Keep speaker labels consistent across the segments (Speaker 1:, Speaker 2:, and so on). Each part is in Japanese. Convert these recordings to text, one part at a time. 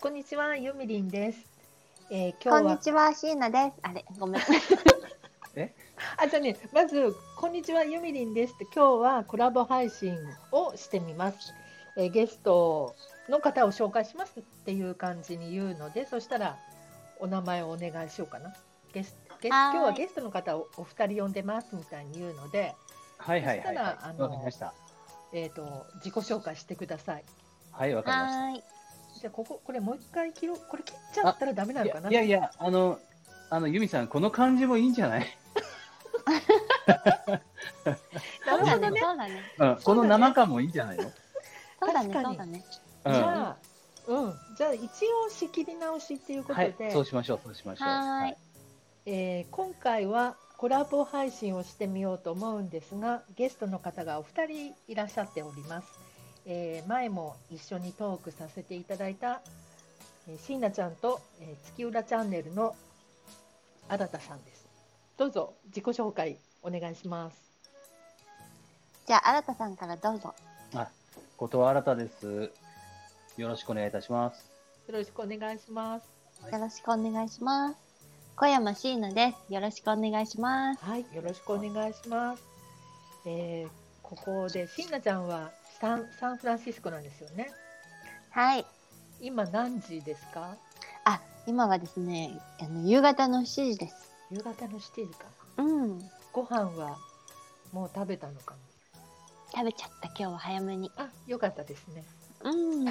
Speaker 1: こんにちは、ゆみりんです。えー、今日
Speaker 2: こんに
Speaker 1: は、
Speaker 2: ちは、椎名です。あれ、ごめん。
Speaker 1: あ、じゃあね、まず、こんにちは、ゆみりんですって、今日はコラボ配信をしてみます。えーゲストの方を紹介しますっていう感じに言うので、そしたら、お名前をお願いしようかな。ゲスト、ゲス
Speaker 2: はーい
Speaker 1: 今日はゲストの方をお二人呼んでますみたいに言うので、
Speaker 3: はいはいはい、
Speaker 1: そしたらあ
Speaker 3: はい。
Speaker 1: の
Speaker 3: わかりました。
Speaker 1: えっ、と、自己紹介してください。
Speaker 3: はい、わかりまし
Speaker 2: はーい。
Speaker 1: じゃあ、ここ、これもう一回切ろう。これ切っちゃったらダメな
Speaker 3: た。い
Speaker 1: のかな
Speaker 3: やいやいや、あの、あの、ユミさん、この感じもいいんじゃない
Speaker 1: なるほどね。
Speaker 2: そうだね。
Speaker 3: うん、この生感もいいんじゃないの
Speaker 2: そうだ
Speaker 1: 確
Speaker 2: ね。
Speaker 1: かに
Speaker 2: そうだね。
Speaker 3: うん。
Speaker 1: じ
Speaker 3: は
Speaker 1: ゃあ、うん、じゃあ一応仕切り直しっていうこと
Speaker 3: い
Speaker 1: で、、
Speaker 3: そうしましょう、そうしましょう。
Speaker 2: はーい
Speaker 1: えー今回はコラボ配信をしてみようと思うんですが、ゲストの方がお二人いらっしゃっております。えー前も一緒にトークさせていただいた、えー、椎名ちゃんと、えー月浦チャンネルの新田さんです。どうぞ自己紹介お願いします。
Speaker 2: じゃあ、新田さんからどうぞ。
Speaker 3: ことは新たです。よろしくお願いいたします。
Speaker 1: よろしくお願いします。
Speaker 2: よろしくお願いします。小山椎名です。よろしくお願いします。
Speaker 1: はい、よろしくお願いします。えーここで、しんなちゃんはサンサンフランシスコなんですよね。
Speaker 2: はい。
Speaker 1: 今何時ですか
Speaker 2: あ、今はですね、あの夕方の7時です。
Speaker 1: 夕方の7時か。
Speaker 2: うん。
Speaker 1: ご飯はもう食べたのか
Speaker 2: 食べちゃった、今日は早めに。
Speaker 1: なあ、よかったですね。
Speaker 2: うん。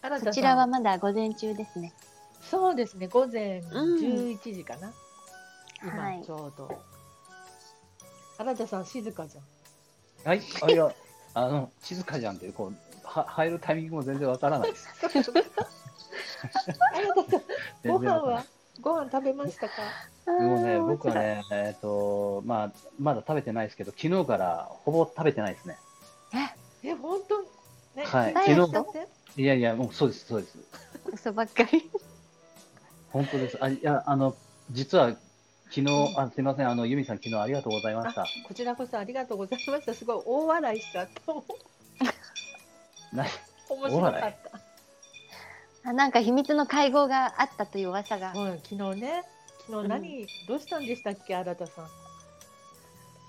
Speaker 1: あなたさ
Speaker 2: こ
Speaker 1: ん
Speaker 2: ちらはまだ午前中ですね。
Speaker 1: そうですね、午前
Speaker 2: うん
Speaker 1: 11時かな。
Speaker 2: は
Speaker 1: 今
Speaker 2: い
Speaker 1: ちょうど。あなたさん静かじゃん。
Speaker 3: はい、あいや、あの、静かじゃんって、こう、は入るタイミングも全然わからない です。
Speaker 1: あなたさん、
Speaker 3: 全
Speaker 1: ご
Speaker 3: 然
Speaker 1: 飯
Speaker 3: わからない
Speaker 1: はご飯食べましたか
Speaker 3: もうね、
Speaker 2: あー
Speaker 3: 僕は。ね、えっ、と、まあ、まだ食べてないですけど、昨日からほぼ食べてないですね。
Speaker 1: え、本当ね、
Speaker 3: はい
Speaker 1: 緊張し
Speaker 2: 昨日
Speaker 1: ちゃって
Speaker 3: いやいや、もうそうです、そうです。
Speaker 2: 嘘ばっかり。
Speaker 3: 本当です。あ、いや、あの、実は、昨日、あ、すみません、あの、ユミさん、昨日ありがとうございました。
Speaker 1: こちらこそありがとうございました。すごい大笑いしちゃった。
Speaker 3: な
Speaker 1: 面白かった。
Speaker 2: あ、なんか秘密の会合があったという噂が。
Speaker 1: うん、昨日ね、昨日何、どうしたんでしたっけ、新田さん。
Speaker 3: 昨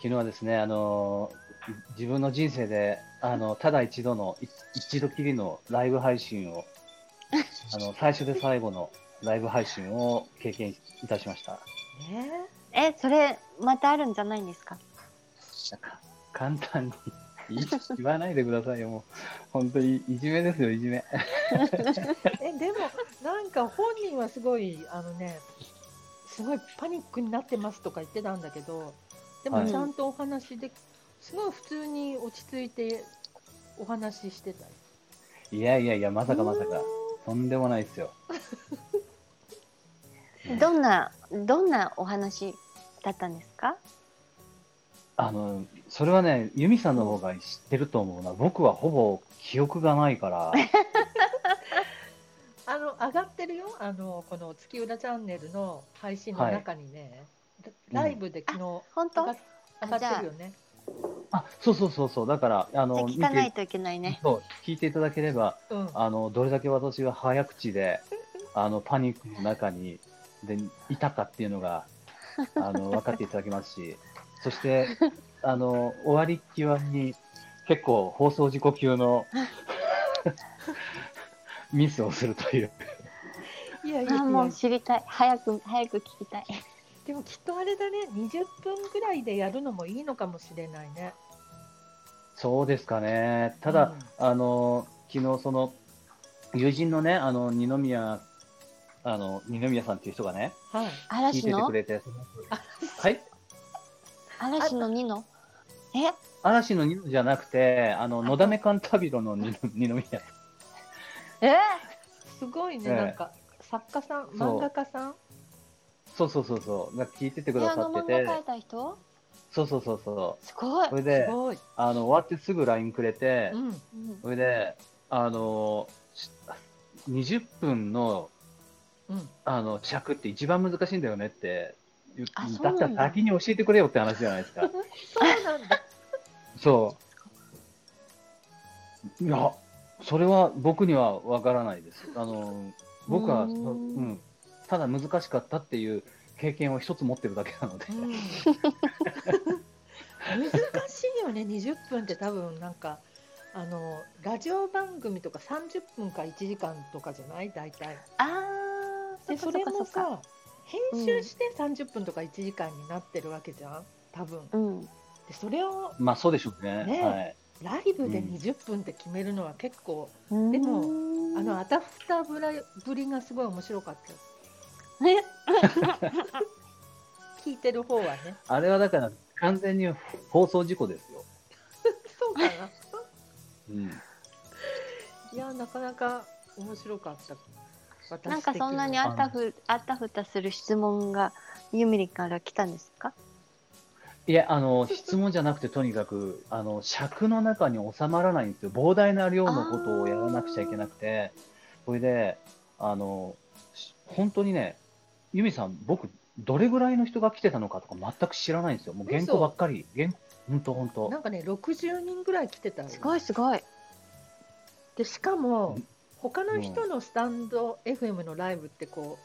Speaker 3: 日はですね、あの、自分の人生で、あの、ただ一度の、い一度きりのライブ配信を、あの、最初で最後のライブ配信を経験いたしました。
Speaker 1: ね
Speaker 2: え、それ、またあるんじゃないんですか
Speaker 3: なんか簡単に言い言わないでくださいよ、もう。本当に、いじめですよ、いじめ。
Speaker 1: え、でも、なんか本人はすごい、あのね。すごいパニックになってますとか言ってたんだけど。でも、
Speaker 3: はい
Speaker 1: ちゃんとお話で、すごい普通に落ち着いて。お話ししてたよ。
Speaker 3: いやいやいや、まさかまさか。とんでもないですよ。
Speaker 2: どんな、どんなお話だったんですか
Speaker 3: あの、それはね、ユミさんの方が知ってると思うな。僕はほぼ記憶がない から。
Speaker 1: あの上がってるよあのこの月浦チャンネルの配信の中にね、ラライブで昨日
Speaker 2: 本当
Speaker 1: 上が
Speaker 2: じ
Speaker 1: 上がってるよね
Speaker 3: あ、そうそうそうそう。だから、あ
Speaker 2: ゃあ
Speaker 3: の、
Speaker 2: 聞かない
Speaker 3: て
Speaker 2: といけないね。
Speaker 3: そう、聞いていただければ、
Speaker 1: うん
Speaker 3: あの、どれだけ私は早 口で、あの、パニックの中に、で、いたかっていうのが、あの、分かっていただけますし、そして、あの、終わり際に、結構放送事故 級のミスをするという。
Speaker 1: いやい
Speaker 2: あ
Speaker 1: やい
Speaker 2: ーも
Speaker 1: や
Speaker 2: う知りたい。早く、早く聞きたい。
Speaker 1: でもきっとあれだね20分ぐらいでやるのもいいのかもしれないね
Speaker 3: そうですかね。ただ、あの昨日その友人のねあの二宮あの二宮さんっていう人がね
Speaker 1: うんはい
Speaker 3: 聞い
Speaker 2: 嵐
Speaker 3: てて
Speaker 2: の
Speaker 3: くれて
Speaker 1: あ
Speaker 3: はい
Speaker 2: 嵐の2のえ
Speaker 3: 嵐の二のじゃなくてあの
Speaker 1: あ
Speaker 3: のだめカンタビロの二二宮さん
Speaker 2: え
Speaker 1: すごいね、
Speaker 3: ええ
Speaker 1: なんか作家さん
Speaker 3: そう
Speaker 1: 漫画家さん
Speaker 3: そうそうそうそうが聞いててくだ
Speaker 2: あ
Speaker 3: さ
Speaker 2: の
Speaker 3: って
Speaker 2: 漫
Speaker 3: て
Speaker 2: 画描いた人
Speaker 3: そうそうそうそ
Speaker 2: すごいう
Speaker 3: そ。れ
Speaker 1: す
Speaker 3: で
Speaker 1: ごい、
Speaker 3: あの終わってすぐ LINE くれて
Speaker 1: うん、
Speaker 2: うん
Speaker 3: それであのし20分の
Speaker 1: うん、
Speaker 3: あの尺って一番難しいんだよねって言っ
Speaker 2: あそうな
Speaker 3: だ
Speaker 2: ん
Speaker 3: っ
Speaker 2: だ
Speaker 3: たら先に教えてくれよって話じゃないですか。
Speaker 1: そうなんだ
Speaker 3: そう。いや、それは僕にはわからないです。あの僕は、
Speaker 2: う
Speaker 3: う
Speaker 2: ーん
Speaker 3: ん、ただ難しかったっていう経験を一つ持ってるだけなので
Speaker 1: う、ん難しいよね20分って多分なんかあのラジオ番組とか30分か1時間とかじゃない大体
Speaker 2: あー
Speaker 1: で
Speaker 2: そ
Speaker 1: そ
Speaker 2: っか
Speaker 1: れ
Speaker 2: そっ
Speaker 1: も
Speaker 2: かそっ
Speaker 1: さ
Speaker 2: か
Speaker 1: 編集して30分とか1時間になってるわけじゃん多分
Speaker 2: うん
Speaker 1: でそれを
Speaker 3: まあそうでしょうね。
Speaker 1: ね
Speaker 3: はい。
Speaker 1: ライブで
Speaker 3: うん
Speaker 1: 20分って決めるのは結構、
Speaker 2: で
Speaker 1: もあのアタフタぶらぶりがすごい面白かったです
Speaker 2: え
Speaker 1: 聞いてる方はね
Speaker 3: あれはだから完全に放送事故ですよ。
Speaker 1: そうかな
Speaker 3: うん。
Speaker 1: いやなかなか面白かった私
Speaker 2: なんかそんなに
Speaker 1: あ
Speaker 2: あったふあったふたする質問がゆみりから来たんですか
Speaker 3: いや、あの、質問じゃなくて、とにかく、あの、尺の中に収まらないんですよ。膨大な量のことをやらなくちゃいけなくて、それで、あの、し本当にね、ユミさん、僕、どれぐらいの人が来てたのかとか全く知らないんですよ。もう原稿ばっかり。原本当本当。
Speaker 1: なんかね60人ぐらい来てた
Speaker 2: すごいすごい
Speaker 1: でしかも
Speaker 3: うん
Speaker 1: 他の人のスタンド FM のライブってこ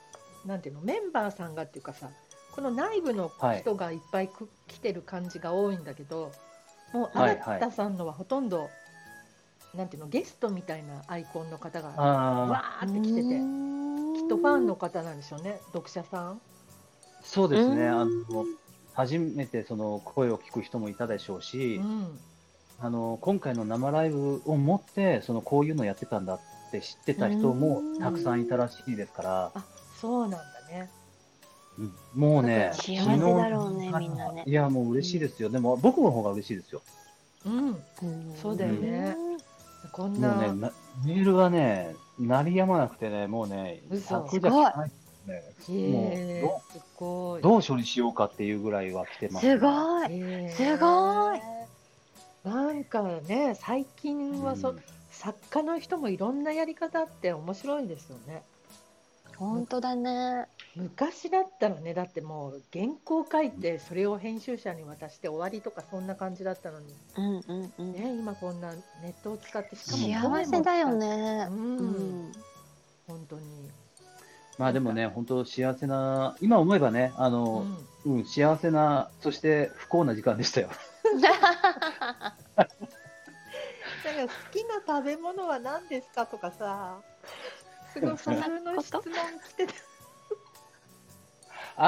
Speaker 1: うなんていうのメンバーさんがっていうかさこの内部の人がいっぱいく、来てる感じが多いんだけどもう
Speaker 3: はい
Speaker 1: 新
Speaker 3: はい
Speaker 1: 田さんのはほとんど、なんていうのゲストみたいなアイコンの方が
Speaker 3: ああ、
Speaker 1: わーって来ててき
Speaker 2: き
Speaker 1: っとファンの方なんでしょうね読者さん。
Speaker 3: そうですね。あ
Speaker 2: う
Speaker 3: の、初めてその声を聞く人もいたでしょうし、
Speaker 1: うん
Speaker 3: あの今回の生ライブをもってそのこういうのやってたんだって知ってた人も
Speaker 2: うん
Speaker 3: たくさんいたらしいですから、
Speaker 1: あそうなんだね。
Speaker 3: うんもう
Speaker 1: だか
Speaker 3: ね
Speaker 1: ら
Speaker 2: 幸せだろうね
Speaker 3: 昨日
Speaker 2: みんなね
Speaker 3: いやもう嬉しいですよでも僕の方が嬉しいですよ
Speaker 1: うん、そうだよねこんな
Speaker 3: もうねなメールがね鳴りやまなくてねもうね
Speaker 1: 嘘
Speaker 3: 100じゃ聞かないね
Speaker 1: へ
Speaker 3: も
Speaker 1: ーすごい。
Speaker 3: どう処理しようかっていうぐらいは来てますね、
Speaker 2: すごい
Speaker 1: へー
Speaker 2: すごい
Speaker 1: なんかね最近はそ、
Speaker 3: うん
Speaker 1: 作家の人もいろんなやり方って面白いですよね。
Speaker 2: 本当だね
Speaker 1: 昔だったらねだってもう原稿書いてそれを編集者に渡して終わりとかそんな感じだったのに
Speaker 2: うんうんうん
Speaker 1: ね今こんなネットを使ってしかも
Speaker 2: 幸せだよね
Speaker 1: う、
Speaker 2: うん ん
Speaker 1: 本当に、
Speaker 3: まあでもね本当幸せな今思えばねあ
Speaker 1: う
Speaker 3: の、
Speaker 1: ん、
Speaker 3: うん、幸せなそして不幸な時間でしたよ
Speaker 1: だから好きな食べ物は何ですかとかさすごい普通の質問来てた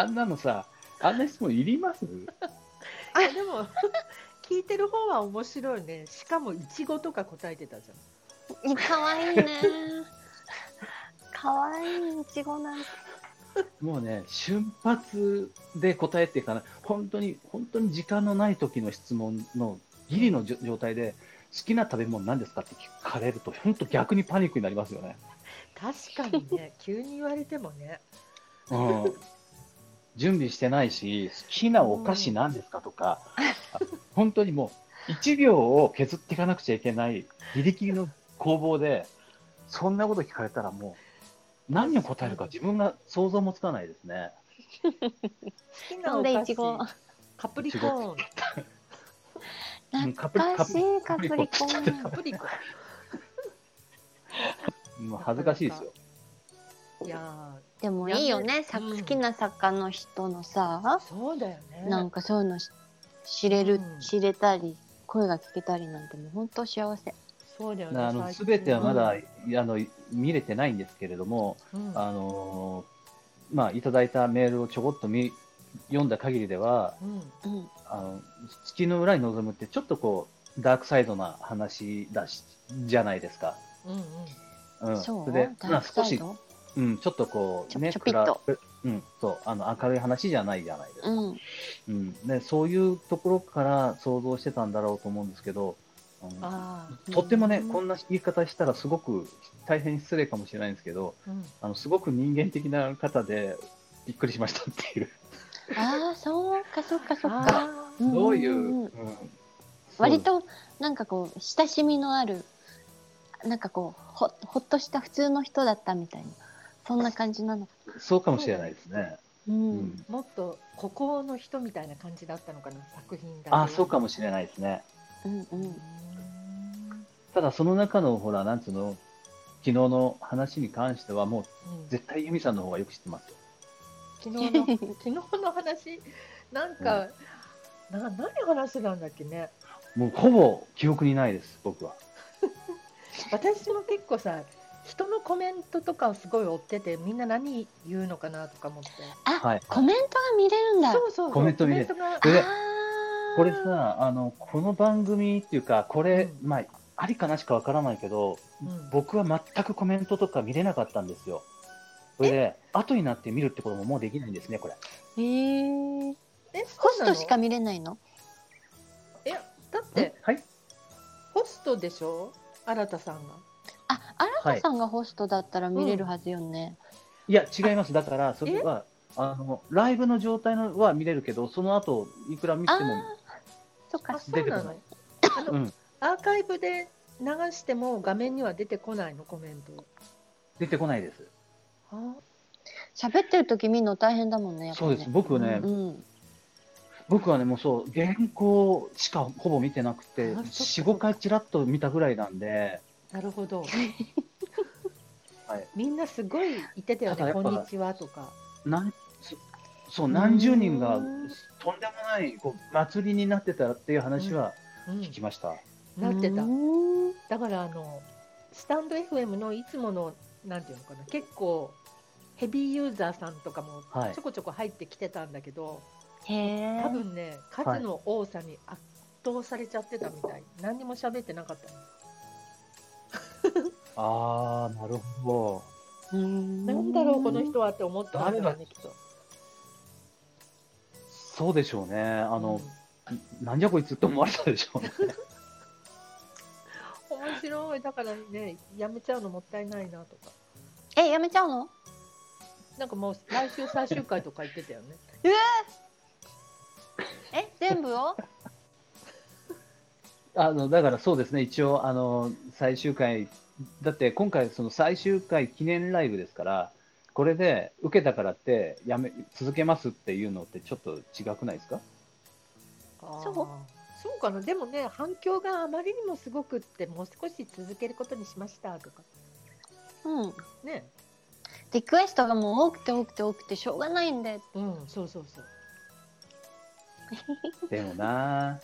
Speaker 3: あんなのさあんな質問いります
Speaker 1: いやでも 聞いてる方は面白いねしかもいちごとか答えてたじゃ
Speaker 2: い可愛い ね可愛いいちごなんて
Speaker 3: もうね、瞬発で答えていかない、本当に、本当に時間のない時の質問のギリのじょ状態で、好きな食べ物何ですかって聞かれると、本当逆にパニックになりますよね。
Speaker 1: ん確かに ね急に言われてもね
Speaker 3: うん。準備してないし、好きなお菓子何ですかと か、本当にもう1秒を削っていかなくちゃいけないギリギリの攻防で、そんなこと聞かれたらもう、何を答えるか自分が想像もつかないですね。
Speaker 1: 好きな
Speaker 2: 飲ん
Speaker 1: お
Speaker 2: でい
Speaker 1: 菓
Speaker 2: ち
Speaker 1: 子
Speaker 2: ご
Speaker 1: カプリコーン
Speaker 3: うん
Speaker 2: 懐
Speaker 3: カプリ
Speaker 2: かしいカプリコー
Speaker 1: カプリコ
Speaker 3: もう恥ずかしいですよ。
Speaker 1: ンいや
Speaker 2: ンでもいいよ
Speaker 1: や
Speaker 2: ね
Speaker 1: め
Speaker 2: さ
Speaker 1: うん
Speaker 2: 好きな作家の人のさ
Speaker 1: ーそうだよね
Speaker 2: なんかそういうのし知れる
Speaker 1: うん
Speaker 2: 知れたり声が聞けたりなんてもう本当幸せ
Speaker 1: そうだよね
Speaker 3: あの
Speaker 1: 最近
Speaker 3: 全てはまだ、あの見れてないんですけれども、
Speaker 1: うん
Speaker 3: あのまあ、いただいたメールをちょこっと見読んだ限りでは
Speaker 1: うん
Speaker 2: うん
Speaker 3: あの月の裏に望むってちょっとこうダークサイドな話だしじゃないですか。
Speaker 1: うんうん
Speaker 3: うん、
Speaker 2: そう
Speaker 3: れで、
Speaker 2: ダ
Speaker 3: ま
Speaker 2: ー
Speaker 3: あ、
Speaker 2: ク
Speaker 3: 少
Speaker 2: サイ
Speaker 3: し、
Speaker 2: ド
Speaker 3: うん、ちょっとこう、ね、
Speaker 2: ちょちょぴっと
Speaker 3: 暗くうん、そう、あの、明るい話じゃないじゃないですか。
Speaker 2: うん
Speaker 3: うん、で、そういうところから想像してたんだろうと思うんですけど、うん
Speaker 1: ああ
Speaker 3: とってもね、
Speaker 2: うん
Speaker 3: こんな言い方したらすごく大変失礼かもしれないんですけど、
Speaker 1: うん
Speaker 3: あのすごく人間的な方でびっくりしましたっていう、
Speaker 2: ああそうかそうかそうか
Speaker 1: あ
Speaker 2: んんん
Speaker 3: どういう、
Speaker 2: ん
Speaker 3: うん
Speaker 2: 割となんかこう親しみのあるなんかこうほほっとした普通の人だったみたいなそんな感じなのか
Speaker 3: そうそうかもしれないですね。
Speaker 2: う、
Speaker 3: うんん、
Speaker 1: ーもっと孤高の人みたいな感じだったのかな作品だ
Speaker 3: あそうか
Speaker 1: も
Speaker 3: もしれないですね。
Speaker 2: うんうん
Speaker 3: ただその中のほら、なんつうの、昨日の話に関してはもう
Speaker 1: うん
Speaker 3: 絶対由美さんの方がよく知ってますよ。
Speaker 1: 昨日 の昨日の話なんか、な何話してたんだっけね
Speaker 3: もうほぼ記憶にないです、僕は。
Speaker 1: 私も結構さ人のコメントとかをすごい追っててみんな何言うのかなとか思って
Speaker 2: あ、
Speaker 3: はい
Speaker 2: コメントが見れるんだ。
Speaker 1: そうそうそう
Speaker 3: コメント見れる
Speaker 1: コメント
Speaker 3: そ
Speaker 1: が
Speaker 3: れで
Speaker 2: あー
Speaker 3: これさ、あの、この番組っていうか、これ、
Speaker 1: う
Speaker 3: まあ、ありかなしかわからないけど、
Speaker 1: うん
Speaker 3: 僕は全くコメントとか見れなかったんですよ。それで、後になって見るってことももうできないんですね、これ。
Speaker 2: へー
Speaker 1: えそ
Speaker 2: ホ
Speaker 1: うな
Speaker 2: ス
Speaker 1: の
Speaker 2: トしか見れないの？
Speaker 1: えだって
Speaker 3: はい。
Speaker 1: ホストでしょ新田さんが
Speaker 2: あ、新田さんがホストだったら見れるはずよね。
Speaker 3: いや、違います。だから、それは、あの、ライブの状態のは見れるけど、その後、いくら見て
Speaker 2: ああ
Speaker 3: も、
Speaker 2: ー、そっ
Speaker 1: あ
Speaker 2: か。
Speaker 1: そうなのあの、
Speaker 3: うん
Speaker 1: アーカイブで流しても画面には出てこないのコメント
Speaker 3: 出てこないです。
Speaker 1: あ
Speaker 2: 喋ってる時見るの大変だもんね。やっぱ
Speaker 3: そう
Speaker 2: ね
Speaker 3: です。僕ね、
Speaker 2: うん。
Speaker 3: 僕はね、もうそう、原稿しかほぼ見てなくて、
Speaker 1: あそっか
Speaker 3: 4、5回ちらっと見たぐらいなんで、
Speaker 1: なるほど
Speaker 3: はい
Speaker 1: みんなすごい言ってたよ
Speaker 3: ただ
Speaker 1: ね「
Speaker 3: や
Speaker 1: こ
Speaker 3: っぱ
Speaker 1: んにちは」とか
Speaker 3: なんそそう、何十人が
Speaker 2: う
Speaker 3: と
Speaker 2: ん
Speaker 3: んでもないこう祭りになってたっていう話は
Speaker 1: うん
Speaker 3: 聞きました。
Speaker 1: なってた
Speaker 2: うーん
Speaker 1: だからあのスタンド FM のいつものなんていうのかな結構ヘビーユーザーさんとかも
Speaker 3: はい
Speaker 1: ちょこちょこ入ってきてたんだけど、
Speaker 2: へえ。
Speaker 1: 多分ね数の多さに圧倒されちゃってたみたい、何にも喋ってなかったの
Speaker 3: ああ、なるほ
Speaker 2: うーん
Speaker 1: なんだろうこの。人はって思ったんだろうねきっと。
Speaker 3: ど。そうでしょうね。あ
Speaker 1: あ
Speaker 3: の、なんじゃこいつって思われたでしょ うね。
Speaker 1: 面白いだからねやめちゃうのもったいないなとか
Speaker 2: え、やめちゃうの？
Speaker 1: なんかもう来週最終回とか言ってたよね
Speaker 2: え、全部 を？
Speaker 3: あの、だからそうですね。一応、あの、最終回、だって今回、その最終回記念ライブですから、これで受けたからって、やめ、続けますっていうのってちょっと違くないですか
Speaker 1: そうそうかなでもね反響があまりにもすごくってもう少し続けることにしましたとか
Speaker 2: うん。
Speaker 1: ね
Speaker 2: リクエストがもう多くて多くて多くてしょうがないんで。
Speaker 1: うんそうそうそう
Speaker 3: でもな、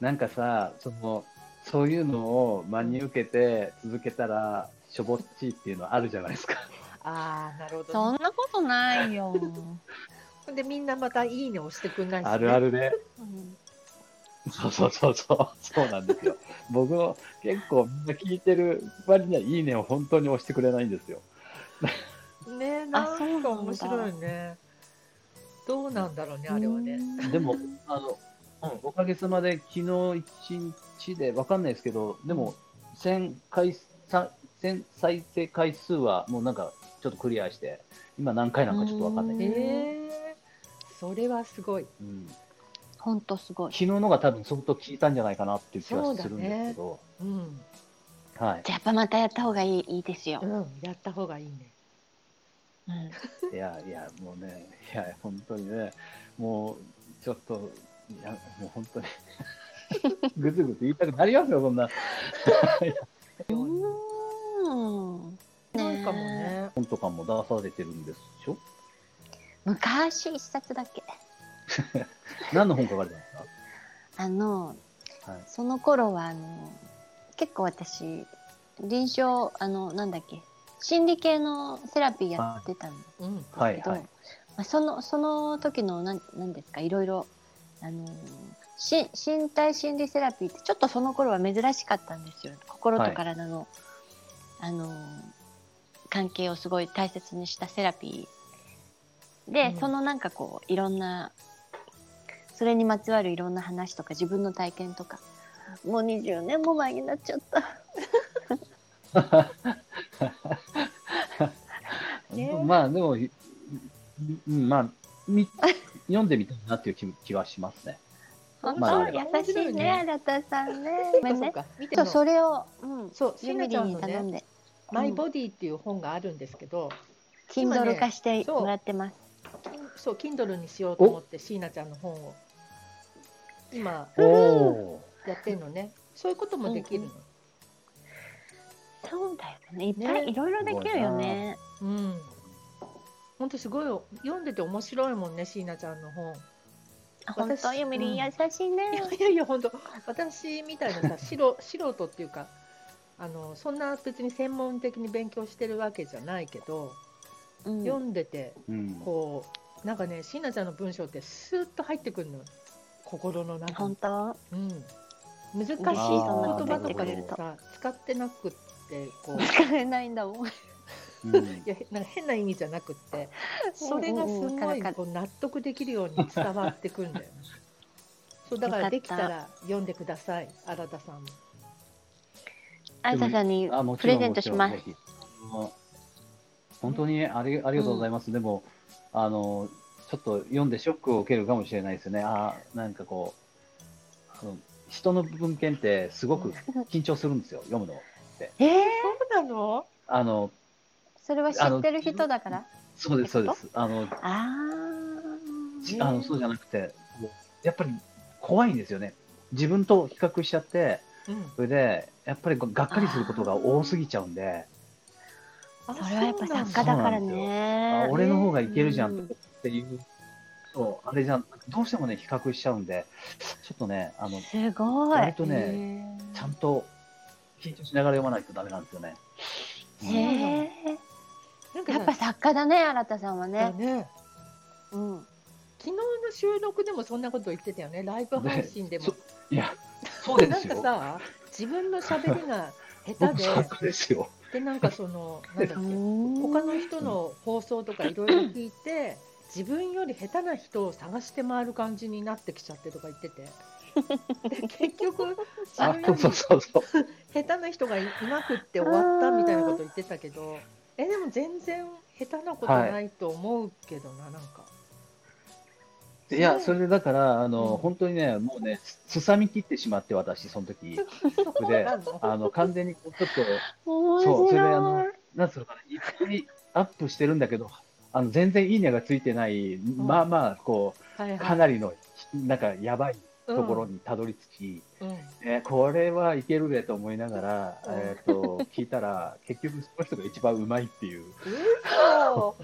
Speaker 3: なんかさ、その、そういうのを真に受けて続けたら、しょぼっちいっていうのあるじゃないですか。
Speaker 1: ああなるほ
Speaker 2: そ
Speaker 1: ど、
Speaker 2: ん
Speaker 1: ね、
Speaker 2: なことな いよ。
Speaker 1: でみんなまた「いいね」押してくんないし、ね、
Speaker 3: あるあ
Speaker 1: る
Speaker 3: るね。
Speaker 2: うん
Speaker 3: そうそうそうそう。そうなんです よ。僕も結構みんな聞いてる割にはいいねを本当に押してくれないんですよ。
Speaker 1: ねな
Speaker 2: あそうなんんだ
Speaker 1: か面白いねどうなんだろうねあれはね。
Speaker 3: でも、あの、うん、おかげさまで昨日一日で、わかんないですけど、でも、1000回、さ1000再生回数はもうなんかちょっとクリアして、今何回なんかちょっとわかんないけど
Speaker 1: え
Speaker 2: うん
Speaker 1: えそれはすごい
Speaker 3: うん
Speaker 2: 本当すごい
Speaker 3: 昨。日のが多分相当効いたんじゃないかなっていう気はするんですけど、
Speaker 1: うん、
Speaker 3: はい
Speaker 2: じゃあやっぱまたやった方がいいいいですよ
Speaker 1: う。ん、やった方がいいね
Speaker 2: うん
Speaker 3: いやいやもうねいや本当にねもうちょっといやもう本 当にぐずぐず言いたくなりますよこんな
Speaker 2: うん。
Speaker 1: なんかもね
Speaker 3: 本とかも出されてるんですでしょ
Speaker 2: 昔一冊だけ。
Speaker 3: 何の本書かれてます
Speaker 2: あの、
Speaker 3: か、はい、
Speaker 2: その頃は、あの、結構私、臨床、あの、なんだっけ、心理系のセラピーやってたんです
Speaker 1: うん
Speaker 3: はい
Speaker 2: けど、
Speaker 3: はい
Speaker 2: まあ、その、その時の、なん、なんですか、いろいろ、あの、し身体心理セラピーってちょっとその頃は珍しかったんですよ心と体の、あの関係をすごい大切にしたセラピーで、
Speaker 1: うん
Speaker 2: そのなんかこういろんなそれにまつわるいろんな話とか自分の体験とかもう20年も前になっちゃった
Speaker 1: ね
Speaker 3: まあでもいうんまあみ読んでみたいなっていう気気はしますね
Speaker 2: 本当、
Speaker 3: まあ
Speaker 2: 優しいね新田さんねごめん
Speaker 1: そう
Speaker 2: ね
Speaker 1: か見てる
Speaker 2: そう
Speaker 1: の
Speaker 2: それを、うん、
Speaker 1: そう
Speaker 2: ゆ
Speaker 1: しな
Speaker 2: み
Speaker 1: ち
Speaker 2: り
Speaker 1: ゃ
Speaker 2: ん
Speaker 1: ん
Speaker 2: に
Speaker 1: の
Speaker 2: 頼
Speaker 1: ね
Speaker 2: んで
Speaker 1: 「マイボディ」っていう本があるんですけど、今ね
Speaker 2: Kindle 化してもらってます、
Speaker 1: そう Kindle にしようと思って椎名ちゃんの本を今
Speaker 3: おお
Speaker 1: やってるのね。そういうこともできるの。
Speaker 2: そうだよね。いっぱい
Speaker 1: ね
Speaker 2: いろいろできるよね。
Speaker 1: うん。本当すごいよ読んでて面白いもんね、椎名ちゃんの本。
Speaker 2: あ本当
Speaker 1: 私
Speaker 2: ゆみりん
Speaker 1: うん
Speaker 2: 優しいね。
Speaker 1: いやいやいや本当私みたいな さ素素人っていうかあのそんな別に専門的に勉強してるわけじゃないけど、
Speaker 2: うん
Speaker 1: 読んでて
Speaker 3: うん。
Speaker 1: こうなんかね椎名ちゃんの文章ってスーッと入ってくるの心の中
Speaker 2: 本
Speaker 1: に、
Speaker 2: 当。
Speaker 1: うん、難しい言
Speaker 2: 嬉しいそんなこと
Speaker 1: 葉
Speaker 2: 言って
Speaker 1: と
Speaker 2: く
Speaker 1: か
Speaker 2: れる
Speaker 1: を
Speaker 2: と。
Speaker 1: さ使ってなくってこ う
Speaker 2: 疲れないんだ もん。
Speaker 3: うん
Speaker 1: いやなんか変な意味じゃなくってそれがす
Speaker 2: うんうん
Speaker 1: ごい
Speaker 2: わかる
Speaker 1: こう納得できるように伝わってくるんだ よね。そうだからできた
Speaker 2: よ
Speaker 1: ら読んでください新田さんも。
Speaker 2: あいささんに
Speaker 3: あも
Speaker 2: プ
Speaker 3: ちろ
Speaker 2: レ
Speaker 3: ん
Speaker 2: ゼントしま
Speaker 3: も
Speaker 2: す。
Speaker 3: ちろんぜひあの本当にありありがとうございます。でも、あの、ちょっと読んでショックを受けるかもしれないですね。あーなんかこう、あの人の文献って すごく緊張するんですよ、読むの。
Speaker 2: ええー、
Speaker 1: そうなの
Speaker 3: あの、
Speaker 2: それは知ってる人だから。
Speaker 3: そうです、そうです。あの、
Speaker 2: あ
Speaker 3: じ
Speaker 1: ね
Speaker 3: あのそうじゃなくて、こうやっぱり怖いんですよね。自分と比較しちゃって、
Speaker 1: うん
Speaker 3: それで、やっぱりががっかりすることが多すぎちゃうんで、
Speaker 1: あ
Speaker 2: あ。それはやっぱ作
Speaker 3: そ
Speaker 2: 家
Speaker 3: う
Speaker 2: だ
Speaker 3: なん
Speaker 2: から
Speaker 3: ですよ
Speaker 2: ね
Speaker 3: あ。俺の方がいけるじゃ
Speaker 2: うん
Speaker 3: んっていう、そう、あれじゃん、どうしてもね、比較しちゃうんで、ちょっとね、あの、
Speaker 2: すごい。
Speaker 3: 割とね
Speaker 2: ね
Speaker 3: ちゃんと緊張しながら読まないとダメなんですよね。
Speaker 1: へ
Speaker 2: へえ。
Speaker 1: なんか
Speaker 2: や
Speaker 1: さ
Speaker 2: っぱ作家だね、新田さんは
Speaker 1: だ
Speaker 2: ね。
Speaker 1: ね
Speaker 2: うん。
Speaker 1: 昨日の収録でもそんなこと言ってたよねライブ配信でも
Speaker 3: ねいや、そうで
Speaker 1: なん
Speaker 3: す
Speaker 1: か
Speaker 3: よ。
Speaker 1: さ自分の喋りが下手
Speaker 3: 僕
Speaker 1: で
Speaker 3: 作家ですよ。
Speaker 1: でなんかそのなんだっけ他
Speaker 2: 他
Speaker 1: の人の放送とかいろいろ聞いて自分より下手な人を探して回る感じになってきちゃってとか言っててで結局自
Speaker 3: あ
Speaker 1: 分、よ
Speaker 3: そう
Speaker 1: り
Speaker 3: そうそうそう。
Speaker 1: 下手な人がいいなくって終わったみたいなこと言ってたけどえでも全然下手なことないと思うけど な、なんか
Speaker 3: いや、それでだから、あ
Speaker 1: う
Speaker 3: の、
Speaker 1: ん
Speaker 3: 本当にね、もうね、すすさみ切ってしまって、私、その時。
Speaker 1: そうなの
Speaker 3: あの、完全に、ちょっと、
Speaker 2: 面
Speaker 3: そう、それで、あ
Speaker 2: 白
Speaker 3: の
Speaker 2: い。、
Speaker 3: なんつうのかな、いっぱいアップしてるんだけど、あの、全然いいねがついてない、まあまあ、こ、
Speaker 1: はいはいう
Speaker 3: かなりの、なんか、やばいところにたどり着き、
Speaker 1: うんうん
Speaker 3: えーこれはいけるでと思いながら、
Speaker 1: うん
Speaker 3: えっと、聞いた ら、結局、その人が一番うまいっていう。
Speaker 1: 嘘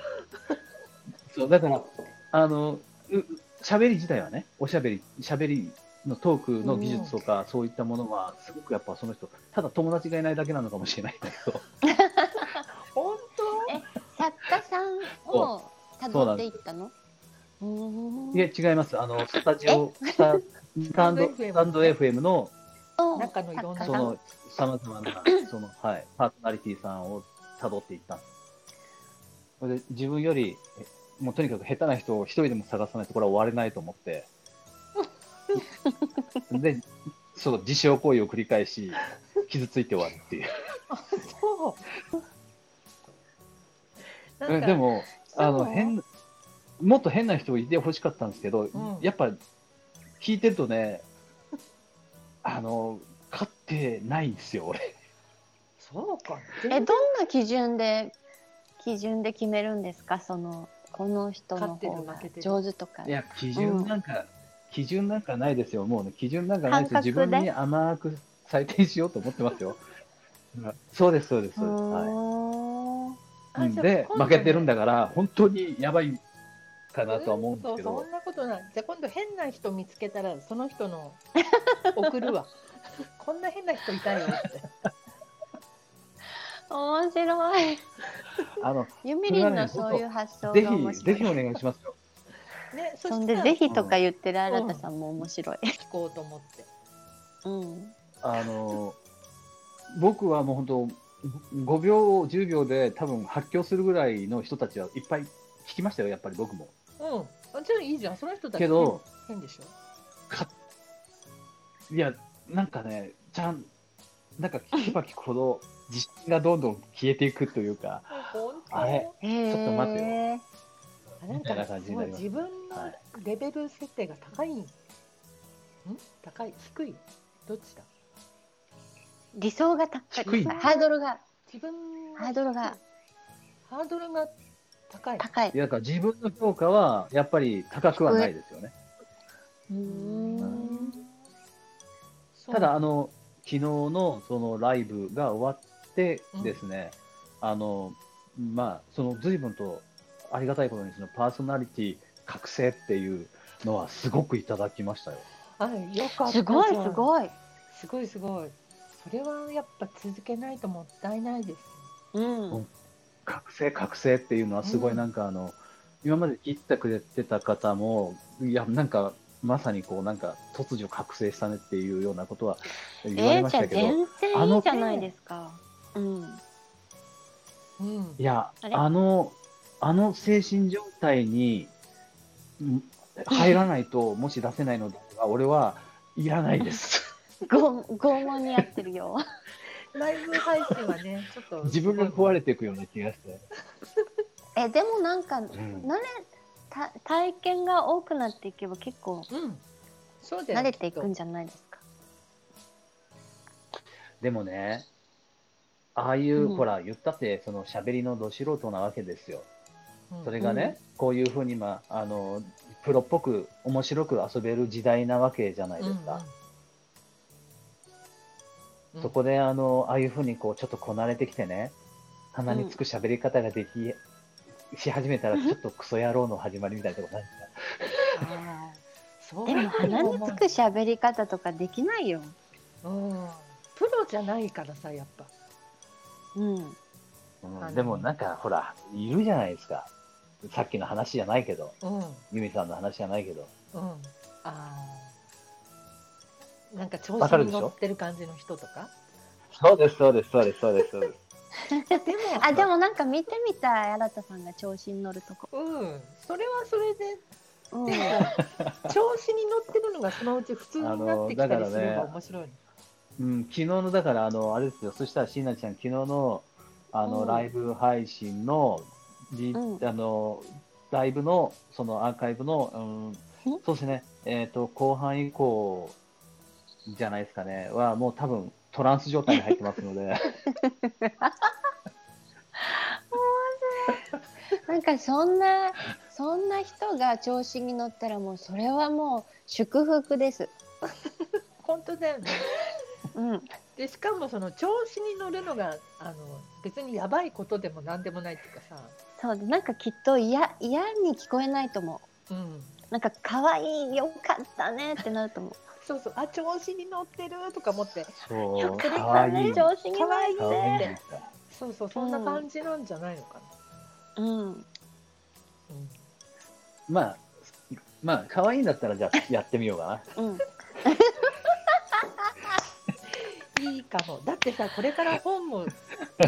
Speaker 3: そう、だから、あの、う喋り自体はね、おしゃべり、喋りのトークの技術とか、そういったものは、すごくやっぱその人、ただ友達がいないだけなのかもしれないんだけど、
Speaker 1: 本
Speaker 2: 作家さんを辿っていったのうーん
Speaker 3: いや、違います。あの、スタジオ、スタスタンド、
Speaker 1: ス
Speaker 3: ス
Speaker 1: タ
Speaker 3: タ
Speaker 1: ン
Speaker 3: ン
Speaker 1: ド
Speaker 3: ド FM の、
Speaker 1: 当中のいろんな
Speaker 3: その、さまざま な、その、はい、パーソナリティさんを辿っていったんです。それで、自分より、えもうとにかく下手な人を一人でも探さないと、これは終われないと 思って、で、その自傷行為を繰り返し、傷ついて終わるっていう。
Speaker 1: 当そうなん
Speaker 3: え
Speaker 1: か
Speaker 3: でも、
Speaker 1: そう
Speaker 3: あの、変、もっと変な人いてほしかったんですけど、
Speaker 1: ん
Speaker 3: やっぱ、聞いてるとね、あの、勝ってないんですよ、俺。
Speaker 1: そうか
Speaker 2: え
Speaker 1: 全然
Speaker 2: どんな基準で基準で決めるんですかそのこの人の方
Speaker 1: 勝
Speaker 2: が
Speaker 1: ってる負けてる
Speaker 2: 上手とか
Speaker 3: いや、基準なんか、基準なんかないですよ、もうね、基準なんかないですよ、
Speaker 2: 感
Speaker 3: 自
Speaker 2: 覚で
Speaker 3: 分に甘く採点しようと思ってますよ。 うんそうです、そうです、
Speaker 2: う
Speaker 3: そうです。はい
Speaker 2: ーん
Speaker 1: あ
Speaker 3: うん
Speaker 1: じゃあ
Speaker 3: で、
Speaker 1: 今度ね
Speaker 3: 負けてるんだから、本当にやばいかなとは思うんですけ
Speaker 1: そう
Speaker 3: ど
Speaker 1: そん、なことないじゃあ今度変な人見つけたらその人 の送るわこんな変な人いたよって
Speaker 2: 面白い
Speaker 3: あの、
Speaker 2: ゆみりんのそういう発想
Speaker 3: ぜ
Speaker 2: が面
Speaker 3: ひ、
Speaker 2: 白
Speaker 3: ぜひ
Speaker 2: い
Speaker 3: お願いしますよ。
Speaker 1: ねそ
Speaker 2: そん
Speaker 1: した
Speaker 2: で
Speaker 1: ら
Speaker 2: ぜひと
Speaker 3: うん
Speaker 2: か言ってる新田さんも面白い
Speaker 1: 聞こうと思って
Speaker 2: うん
Speaker 3: あの、僕はもう本当、5秒、10秒で多分発狂するぐらいの人たちはいっぱい聞きましたよ、やっぱり僕も。
Speaker 1: うんあじゃあいいじゃんその人たち
Speaker 3: けど、
Speaker 1: 変でしょ
Speaker 3: いや、なんかね、ちゃん、なんか聞けば聞くほど、自信がどんどん消えていくというか、
Speaker 1: 本当
Speaker 3: あれ
Speaker 2: へえ
Speaker 3: ちょっと待て
Speaker 2: よ
Speaker 1: なん
Speaker 3: みたいな
Speaker 1: か
Speaker 3: 感じに
Speaker 1: もう
Speaker 3: なります
Speaker 1: 自分のレベル設定が高いん高い低いどっちだ
Speaker 2: 理想が高
Speaker 3: 低
Speaker 2: い
Speaker 3: い
Speaker 2: ハードルが
Speaker 1: 自分の
Speaker 2: ハードルが
Speaker 1: ハードルが高い
Speaker 2: 高い
Speaker 3: いやだから自分の評価はやっぱり高くはないですよね。
Speaker 2: うーん
Speaker 1: そ
Speaker 3: ただ、あの、昨日のそのライブが終わってですね、あの、まあ、その随分とありがたいことに、そのパーソナリティ覚醒っていうのはすごくいただきましたよ。
Speaker 1: はい、よかった
Speaker 2: すごい
Speaker 1: じゃん
Speaker 2: すごい。
Speaker 1: すごいすごいそれはやっぱ続けないともったいないです
Speaker 2: うん。
Speaker 3: 覚醒、覚醒っていうのはすご
Speaker 1: う
Speaker 3: い
Speaker 1: ん
Speaker 3: なんかあの、今まで聞いてくれてた方も、いや、なんか、まさにこう、なんか、突如覚醒したねっていうようなことは言わ
Speaker 2: え
Speaker 3: れ
Speaker 2: ー、
Speaker 3: まし
Speaker 2: じゃあ
Speaker 3: たけど、
Speaker 2: 全
Speaker 3: あ
Speaker 2: 然い
Speaker 3: の
Speaker 2: いじゃないですか。うん。
Speaker 1: うん
Speaker 3: いや、
Speaker 2: あ
Speaker 3: あ
Speaker 2: れ
Speaker 3: の、あの精神状態にん入らないと、もし出せないのであれば、俺はいらないです。
Speaker 2: ご拷問にやってるよ。
Speaker 1: ライブ配信はね ちょっと
Speaker 3: 自分が壊れていくような気がして。
Speaker 2: えでもなんか
Speaker 3: うん
Speaker 2: 慣れた体験が多くなっていけば結構
Speaker 1: うんそうだよ
Speaker 2: 慣れていくん
Speaker 1: きっ
Speaker 2: じゃないですか。
Speaker 3: でもね、ああいう、
Speaker 2: うん
Speaker 3: ほら、言ったって、その喋りのど素人なわけですよ。
Speaker 1: とうん
Speaker 3: それがね、こういうふうに、まあ、あの、プロっぽく、面白く遊べる時代なわけじゃないですか。
Speaker 1: うんうん
Speaker 3: そこで、あの、ああいうふうに、こう、ちょっとこなれてきてね、鼻につく喋り方ができ、し 始めたら、ちょっとクソ野郎の始まりみたいなとこないですか
Speaker 2: あ
Speaker 1: そ
Speaker 2: ー
Speaker 1: う
Speaker 2: でも鼻につく喋り方とかできないよ。
Speaker 1: うんプロじゃないからさやっぱ
Speaker 2: うん。
Speaker 3: うんでも、なんか、ほら、いるじゃないですか。さっきの話じゃないけど、
Speaker 1: うんうん
Speaker 3: ユミさんの話じゃないけど。
Speaker 1: あーなんか調
Speaker 3: わか
Speaker 1: 子
Speaker 3: る
Speaker 1: に
Speaker 3: でしょ
Speaker 1: 乗ってる感じの人と か
Speaker 3: そうです、そうです、そうです、そうです、そうです。
Speaker 1: でも
Speaker 2: あでもなんか見てみたい新田さんが調子に乗るとこ。
Speaker 1: うんそれはそれで
Speaker 2: うん
Speaker 1: で。も調子に乗ってるのがそのうち普通になってきたりすれば面白い。
Speaker 3: うん、昨日の、だから、あの、あれですよ、そしたら、しんなちゃん、昨日の、あ
Speaker 2: う
Speaker 3: の、
Speaker 2: ん
Speaker 3: ライブ配信の、じ
Speaker 2: う
Speaker 3: あの、ライブの、そのアーカイブの、うんん、そうですね、えっ、と、後半以降じゃないですかね、は、もう多分、トランス状態に入ってますので、
Speaker 2: なんかそんなそんな人が調子に乗ったらもうそれはもう祝福です。
Speaker 1: 本当だよね。
Speaker 2: うん。
Speaker 1: でしかもその調子に乗るのがあの別にやばいことでも何でもないっていうかさ、
Speaker 2: そうでなんかきっと嫌嫌に聞こえないと思
Speaker 1: うん、
Speaker 2: う。なんか可愛いよかったねってなると思う。
Speaker 1: そうそうあ調子に乗ってるとか思って
Speaker 3: そう、
Speaker 2: それか
Speaker 3: か
Speaker 2: ら
Speaker 3: わい
Speaker 2: ね
Speaker 3: い。
Speaker 2: 調子に乗っ
Speaker 3: かわいい
Speaker 2: て。
Speaker 3: ですか
Speaker 1: そうそうそんな感じなんじゃないのか
Speaker 2: うん。
Speaker 1: な。
Speaker 3: まあ、まあ、可愛いんだったら、じゃあ、やってみようかな。
Speaker 2: うん。
Speaker 1: うん、いいかもだってさこれから本もい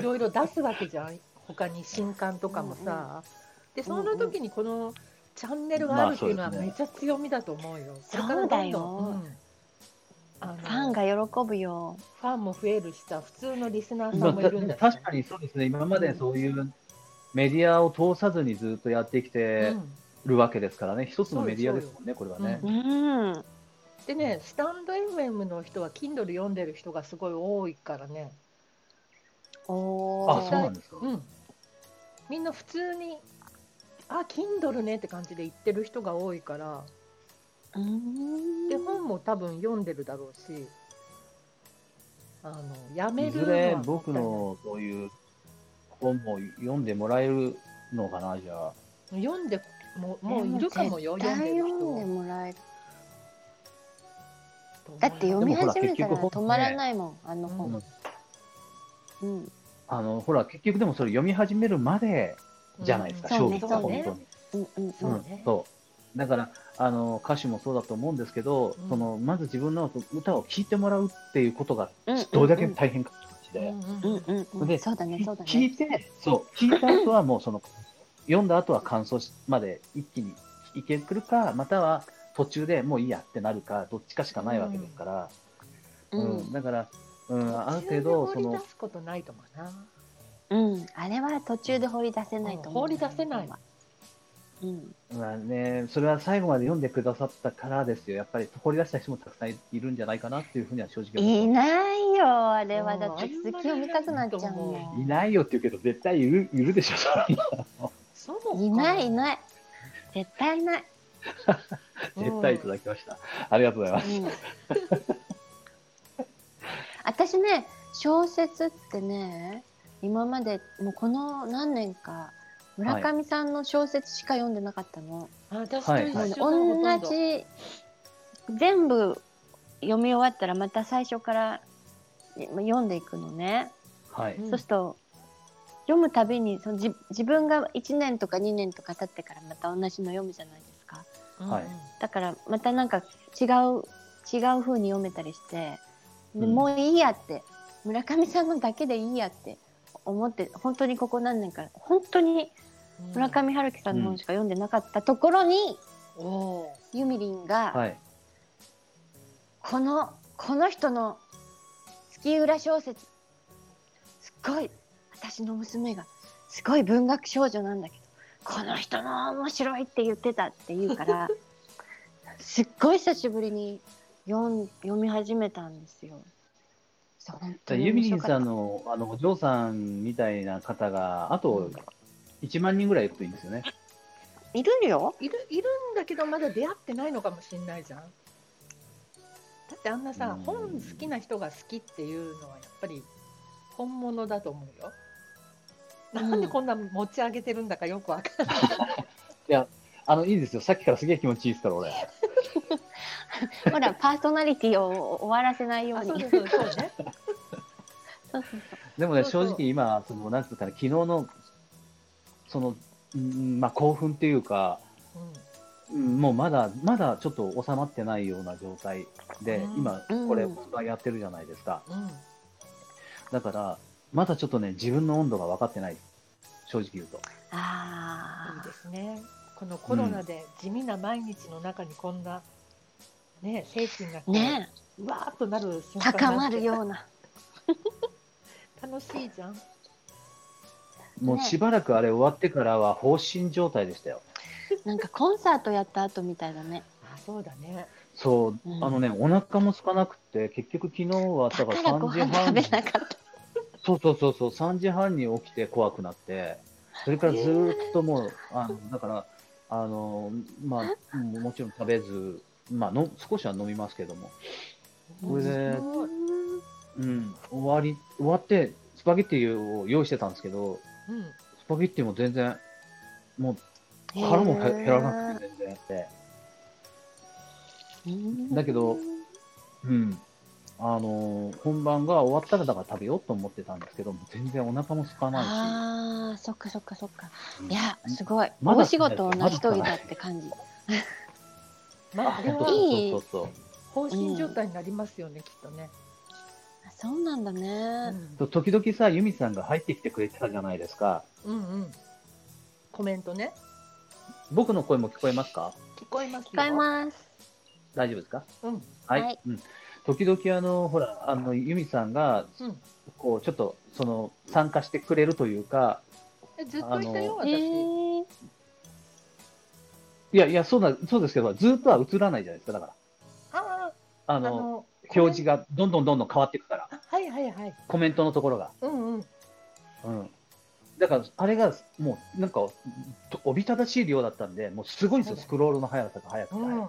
Speaker 1: ろいろ出すわけじゃん他に新刊とかもさ。でその時にこのチャンネルがあるっていうのは
Speaker 3: まあそう
Speaker 1: め
Speaker 3: で
Speaker 1: っちゃ強みだと思うよ。これから
Speaker 2: そうだよ
Speaker 1: どんどんうんあの
Speaker 2: ファンが喜ぶよ。
Speaker 1: ファンも増えるしさ、普通のリスナー
Speaker 3: ま
Speaker 1: さ
Speaker 3: あ
Speaker 1: んもいるんだ
Speaker 3: た確かにそうですね、今までそういうメディアを通さずにずっとやってきて
Speaker 1: うん
Speaker 3: るわけですからね、一つのメディアですもんね、これはね
Speaker 1: う
Speaker 2: う。
Speaker 1: ん
Speaker 2: ん。
Speaker 1: でね、スタンド FM の人は Kindle 読んでる人がすごい多いからね、
Speaker 2: お
Speaker 3: あ、
Speaker 2: お。
Speaker 3: そうなんですか。
Speaker 1: うん、みんな普通に、あ、Kindle ねって感じで言ってる人が多いから、
Speaker 2: うん。
Speaker 1: で、本も多分読んでるだろうし、あの、やめ
Speaker 3: い
Speaker 1: る
Speaker 3: ず
Speaker 1: のは
Speaker 3: れ僕のそういう本も読んでもらえるのかな、じゃあ。
Speaker 1: 読んでも、もういるかもよ、
Speaker 2: えー
Speaker 1: 読んでる
Speaker 2: 絶対読んで
Speaker 1: 人。
Speaker 2: もらえる。だって読み始めたら止まらないもん、あの
Speaker 1: うん
Speaker 2: 本。うん。
Speaker 3: あのほら、結局でもそれ読み始めるまでじゃないですか、
Speaker 2: うん
Speaker 3: 勝負
Speaker 2: そ
Speaker 3: と
Speaker 2: うね
Speaker 3: か、
Speaker 2: そうね
Speaker 3: 本当
Speaker 2: うん
Speaker 3: に。
Speaker 2: うん
Speaker 1: そうね
Speaker 3: んそうだからあの歌手もそうだと思うんですけど、
Speaker 1: うん
Speaker 3: そのまず自分の歌を聴いてもらうっていうことが
Speaker 2: うん
Speaker 3: どれだけ大変かって話で、
Speaker 2: うん
Speaker 1: ね。
Speaker 2: うんうん。
Speaker 3: で
Speaker 2: そうだね、そうだ
Speaker 3: 聞
Speaker 2: ね。
Speaker 3: いてそう聞いた後はもうその読んだ後は感想しまで一気にいけるかまたは途中でもういいやってなるかどっちかしかないわけですから、
Speaker 2: う
Speaker 3: うん
Speaker 2: ん。
Speaker 3: だから、うん、あ
Speaker 1: 途
Speaker 3: る程度
Speaker 1: 中
Speaker 3: そ
Speaker 1: で掘り
Speaker 3: の
Speaker 1: 出すことないと思うな。
Speaker 2: うん。あれは途中で放り出せないと思う。
Speaker 1: 放り出せない。
Speaker 2: うん。
Speaker 3: まあね、それは最後まで読んでくださったからですよ、やっぱり掘り出した人もたくさんいるんじゃないかなっていうふうには正直思
Speaker 2: い
Speaker 3: ます
Speaker 2: ないよ、あれは。
Speaker 1: うん
Speaker 2: だって続きを見たくなっちゃうもん。
Speaker 3: いないよって言うけど、絶対いるいるでしょ、それは
Speaker 1: そうか
Speaker 2: いないいない。絶対いない。
Speaker 3: 絶対いただきました。ありがとうございます。
Speaker 2: うん。私ね小説ってね今までもうこの何年か村上さんの小説しか読んでなかったの、
Speaker 1: 私と一緒
Speaker 2: もう
Speaker 1: だ
Speaker 2: ね
Speaker 1: ほとんど
Speaker 2: 同じ全部読み終わったらまた最初からえ読んでいくのね、
Speaker 3: はい。
Speaker 1: うん
Speaker 2: そうすると読むたびにそのじ自分が1年とか2年とか経ってからまた同じの読むじゃないですか
Speaker 3: はい
Speaker 2: だからまたなんか違う違う風に読めたりしてで
Speaker 3: うん
Speaker 2: もういいやって村上さんのだけでいいやって思って本当にここ何年か本当に
Speaker 1: うんうん
Speaker 2: 村上春樹さんの本しか読んでなかったところに、
Speaker 1: おー
Speaker 2: ゆみりんが、
Speaker 3: はい。
Speaker 2: このこの人の月浦小説すっごい私の娘がすごい文学少女なんだけどこの人の面白いって言ってたって言うから すっごい久しぶりに読ん読み始めたんですよ。そう本当に
Speaker 3: ユミ
Speaker 2: 面白
Speaker 3: リン
Speaker 2: かった
Speaker 3: さんのあのお嬢さんみたいな方が、あと1万人ぐらいいるといいんですよね。
Speaker 2: いるよ
Speaker 1: いるいるんだけどまだ出会ってないのかもしれないじゃん。だってあんなさ
Speaker 3: うん
Speaker 1: 本好きな人が好きっていうのはやっぱり本物だと思うよ。
Speaker 2: うん
Speaker 1: なんでこんな持ち上げてるんだかよくわかんない。
Speaker 3: あの、いいですよ。さっきからすげえ気持ちいいですから、俺。
Speaker 2: ほらパーソナリティを 終わらせないよ
Speaker 1: あ
Speaker 2: う
Speaker 1: そう
Speaker 2: に
Speaker 1: ですそうですそうね。
Speaker 2: そうそうそう
Speaker 3: でもね、
Speaker 1: そうそう
Speaker 3: 正直今、その、なんつうかね、昨日の、その、うんまあ、興奮っていうか、うんもうまだ、まだちょっと収まってないような状態で、
Speaker 1: うん
Speaker 3: 今
Speaker 2: う、ん
Speaker 3: これ、やってるじゃないですか。
Speaker 1: うんうん。
Speaker 3: だから、まだちょっとね、自分の温度が分かってない。正直言うと。
Speaker 2: あ
Speaker 1: いい
Speaker 2: ー
Speaker 1: ですね。このコロナで地味な毎日の中にこんな、ね精神がこう
Speaker 2: ねえ
Speaker 1: うわーっとなる瞬間
Speaker 2: 高ま
Speaker 1: なんて
Speaker 2: るような
Speaker 1: 楽しいじゃん。
Speaker 3: もう
Speaker 2: ね
Speaker 3: しばらくあれ終わってからは放心状態でしたよ。
Speaker 2: なんかコンサートやった後みたいだね。
Speaker 1: あそうだね。
Speaker 3: そう、
Speaker 2: うん
Speaker 3: あのね、お腹も空かなくて、結局昨日はだから
Speaker 2: だからご
Speaker 3: 3時
Speaker 2: 飯食べな
Speaker 3: 半、
Speaker 2: かった。
Speaker 3: そうそうそうそう、3時半に起きて怖くなって、それからずーっともう、あのだから、あの、まあ、ももちろん食べず、まあの、少しは飲みますけども、これで
Speaker 1: うんすごい
Speaker 3: うん、終わり、終わって、スパゲッティを用意してたんですけど、
Speaker 1: うん。
Speaker 3: スパゲッティも全然、もう腹もへ減らなくて全然で
Speaker 2: て
Speaker 3: だけどうん。あのー本番が終わったらだから食べようと思ってたんですけど、全然お腹も空かな
Speaker 2: ああ、そっかそっかそっか。
Speaker 3: いしうん。
Speaker 2: いや、すごい。
Speaker 3: まだ
Speaker 2: お仕事の一人だって感じ。
Speaker 1: ま
Speaker 3: あ、
Speaker 1: あ、あれ
Speaker 3: 本当
Speaker 1: は
Speaker 3: そう
Speaker 2: いい
Speaker 3: そうそう
Speaker 1: 放心状態になりますよね、きっとね。
Speaker 2: あそうなんだね。
Speaker 3: そう。時々さ、ユミさんが入ってきてくれてたじゃないですか。
Speaker 1: うん、うん、うん。コメントね。
Speaker 3: 僕の声も聞こえますか
Speaker 1: 聞こえますよ。
Speaker 2: 聞こえます。
Speaker 3: 大丈夫ですか
Speaker 1: うん、
Speaker 3: はい。
Speaker 2: はい
Speaker 3: うん。時々、あの、ほら、あの、ユミさんが、
Speaker 1: うん。
Speaker 3: こう、ちょっと、その、参加してくれるというか、
Speaker 1: え、ずっといたよ、
Speaker 2: え
Speaker 1: 私。
Speaker 2: ー、
Speaker 3: いやいや、そうな、そうですけど、ずっとは映らないじゃないですか、だから。
Speaker 1: あ
Speaker 3: あ
Speaker 1: あ、あ
Speaker 3: の、
Speaker 1: の、
Speaker 3: 表示がどんどんどんどん変わっていくから、
Speaker 1: はいはいはい。
Speaker 3: コメントのところが。
Speaker 1: うん、うん。
Speaker 3: うん、だから、あれがもうなんかとおびただしい量だったんで、もうすごいんですよ、
Speaker 1: そうだね
Speaker 3: スクロールの速さが速くて、
Speaker 1: うん。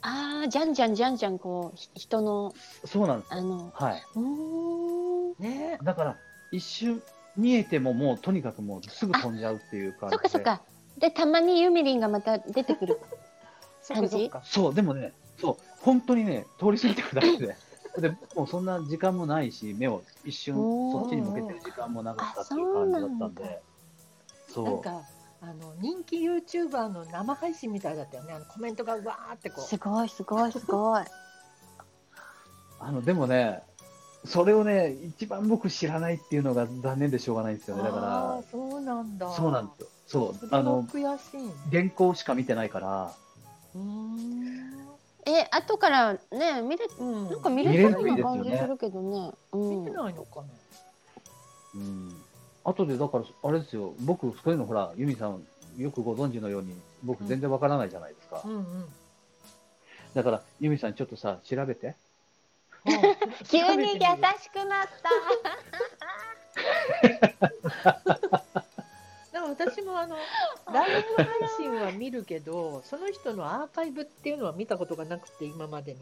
Speaker 2: ああ、じゃんじゃんじゃんじゃん、こう、ひ人の、
Speaker 3: そうなんです、
Speaker 2: あの、
Speaker 3: はい、
Speaker 2: うーん。
Speaker 1: ねえ。
Speaker 3: だから一瞬見えても、もうとにかくもうすぐ飛んじゃうっていう感
Speaker 2: そっ
Speaker 3: じ
Speaker 2: か
Speaker 3: で、
Speaker 2: そっか。で、たまにユミリンがまた出てくる。
Speaker 1: そっかそっか。
Speaker 3: そう、でもね、そう、本当にね、通り過ぎてくだけで、 でもうそんな時間もないし、目を一瞬
Speaker 2: おー
Speaker 3: そっちに向けてる時間もなかったっていう感じだったんで、そう
Speaker 1: なんか、あの、人気ユーチューバーの生配信みたいだったよね。あの、コメントがうわーって こ
Speaker 2: すごい、すごい、すごい。
Speaker 3: あのでもね、それをね、一番僕知らないっていうのが残念でしょうがないんです
Speaker 1: う。
Speaker 3: よね、だから
Speaker 1: あ。ーそうなんだ。
Speaker 3: そうなんですよ。そ、
Speaker 1: そうれ
Speaker 3: あ
Speaker 1: は
Speaker 3: の、
Speaker 1: 悔しいね。
Speaker 3: 原稿しか見てないから、
Speaker 1: うーん。
Speaker 2: え、後からね、見れ、
Speaker 1: うん。
Speaker 2: なんか見
Speaker 3: れ
Speaker 2: れ
Speaker 3: 見
Speaker 2: そう
Speaker 3: れ
Speaker 2: な
Speaker 3: るんですよね
Speaker 2: 感じするけどね。
Speaker 1: 見
Speaker 2: う
Speaker 1: て
Speaker 2: ん。
Speaker 1: ないのかな。
Speaker 3: うん。後で、だから、あれですよ、僕、そういうのほら、ユミさん、よくご存知のように、僕、全然わからないじゃないですか。
Speaker 1: うん、うん。
Speaker 3: だから、ユミさん、ちょっとさ、調べて。
Speaker 2: 急に優しくなった。
Speaker 1: なんか私 もあのライブ配信は見るけどその人のアーカイブっていうのは見たことがなくて今までに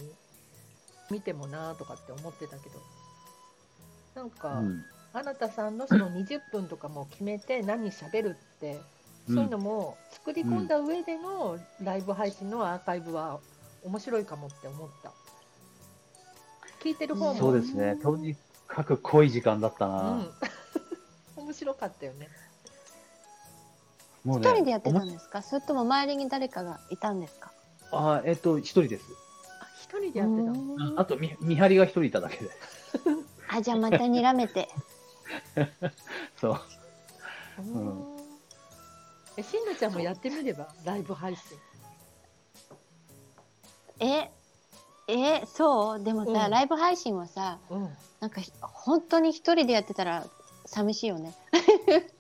Speaker 1: 見てもなーとかって思ってたけどなん
Speaker 3: う
Speaker 1: か、
Speaker 3: ん
Speaker 1: あなたさんのその20分とかも決めて何喋るって、そういうのも作り込んだ上でのライブ配信のアーカイブは面白いかもって思った。聞いてる方
Speaker 3: そ
Speaker 1: も、
Speaker 3: う
Speaker 1: う
Speaker 3: ですね、とにかく濃い時間だったな、
Speaker 1: ん、 面白かったよね。
Speaker 3: もう
Speaker 2: 一人でやってた
Speaker 3: お
Speaker 2: ん
Speaker 3: も
Speaker 2: ですかそれとも周りに誰かがいたんですか
Speaker 3: あえっと、一人です、
Speaker 1: あ、一人でやってた
Speaker 2: う
Speaker 1: の。
Speaker 2: ーん
Speaker 3: あとみ、見張りが一人いただけで、
Speaker 2: あ、じゃあまた睨めて。
Speaker 3: そう、
Speaker 1: うんえ、しんのちゃんもやってみれば、ライブ配信。
Speaker 2: え、え、そうでもさ、
Speaker 1: うん
Speaker 2: ライブ配信はさ、
Speaker 1: うん。い
Speaker 2: なんかひ本当に一人でやってたら寂しいよね。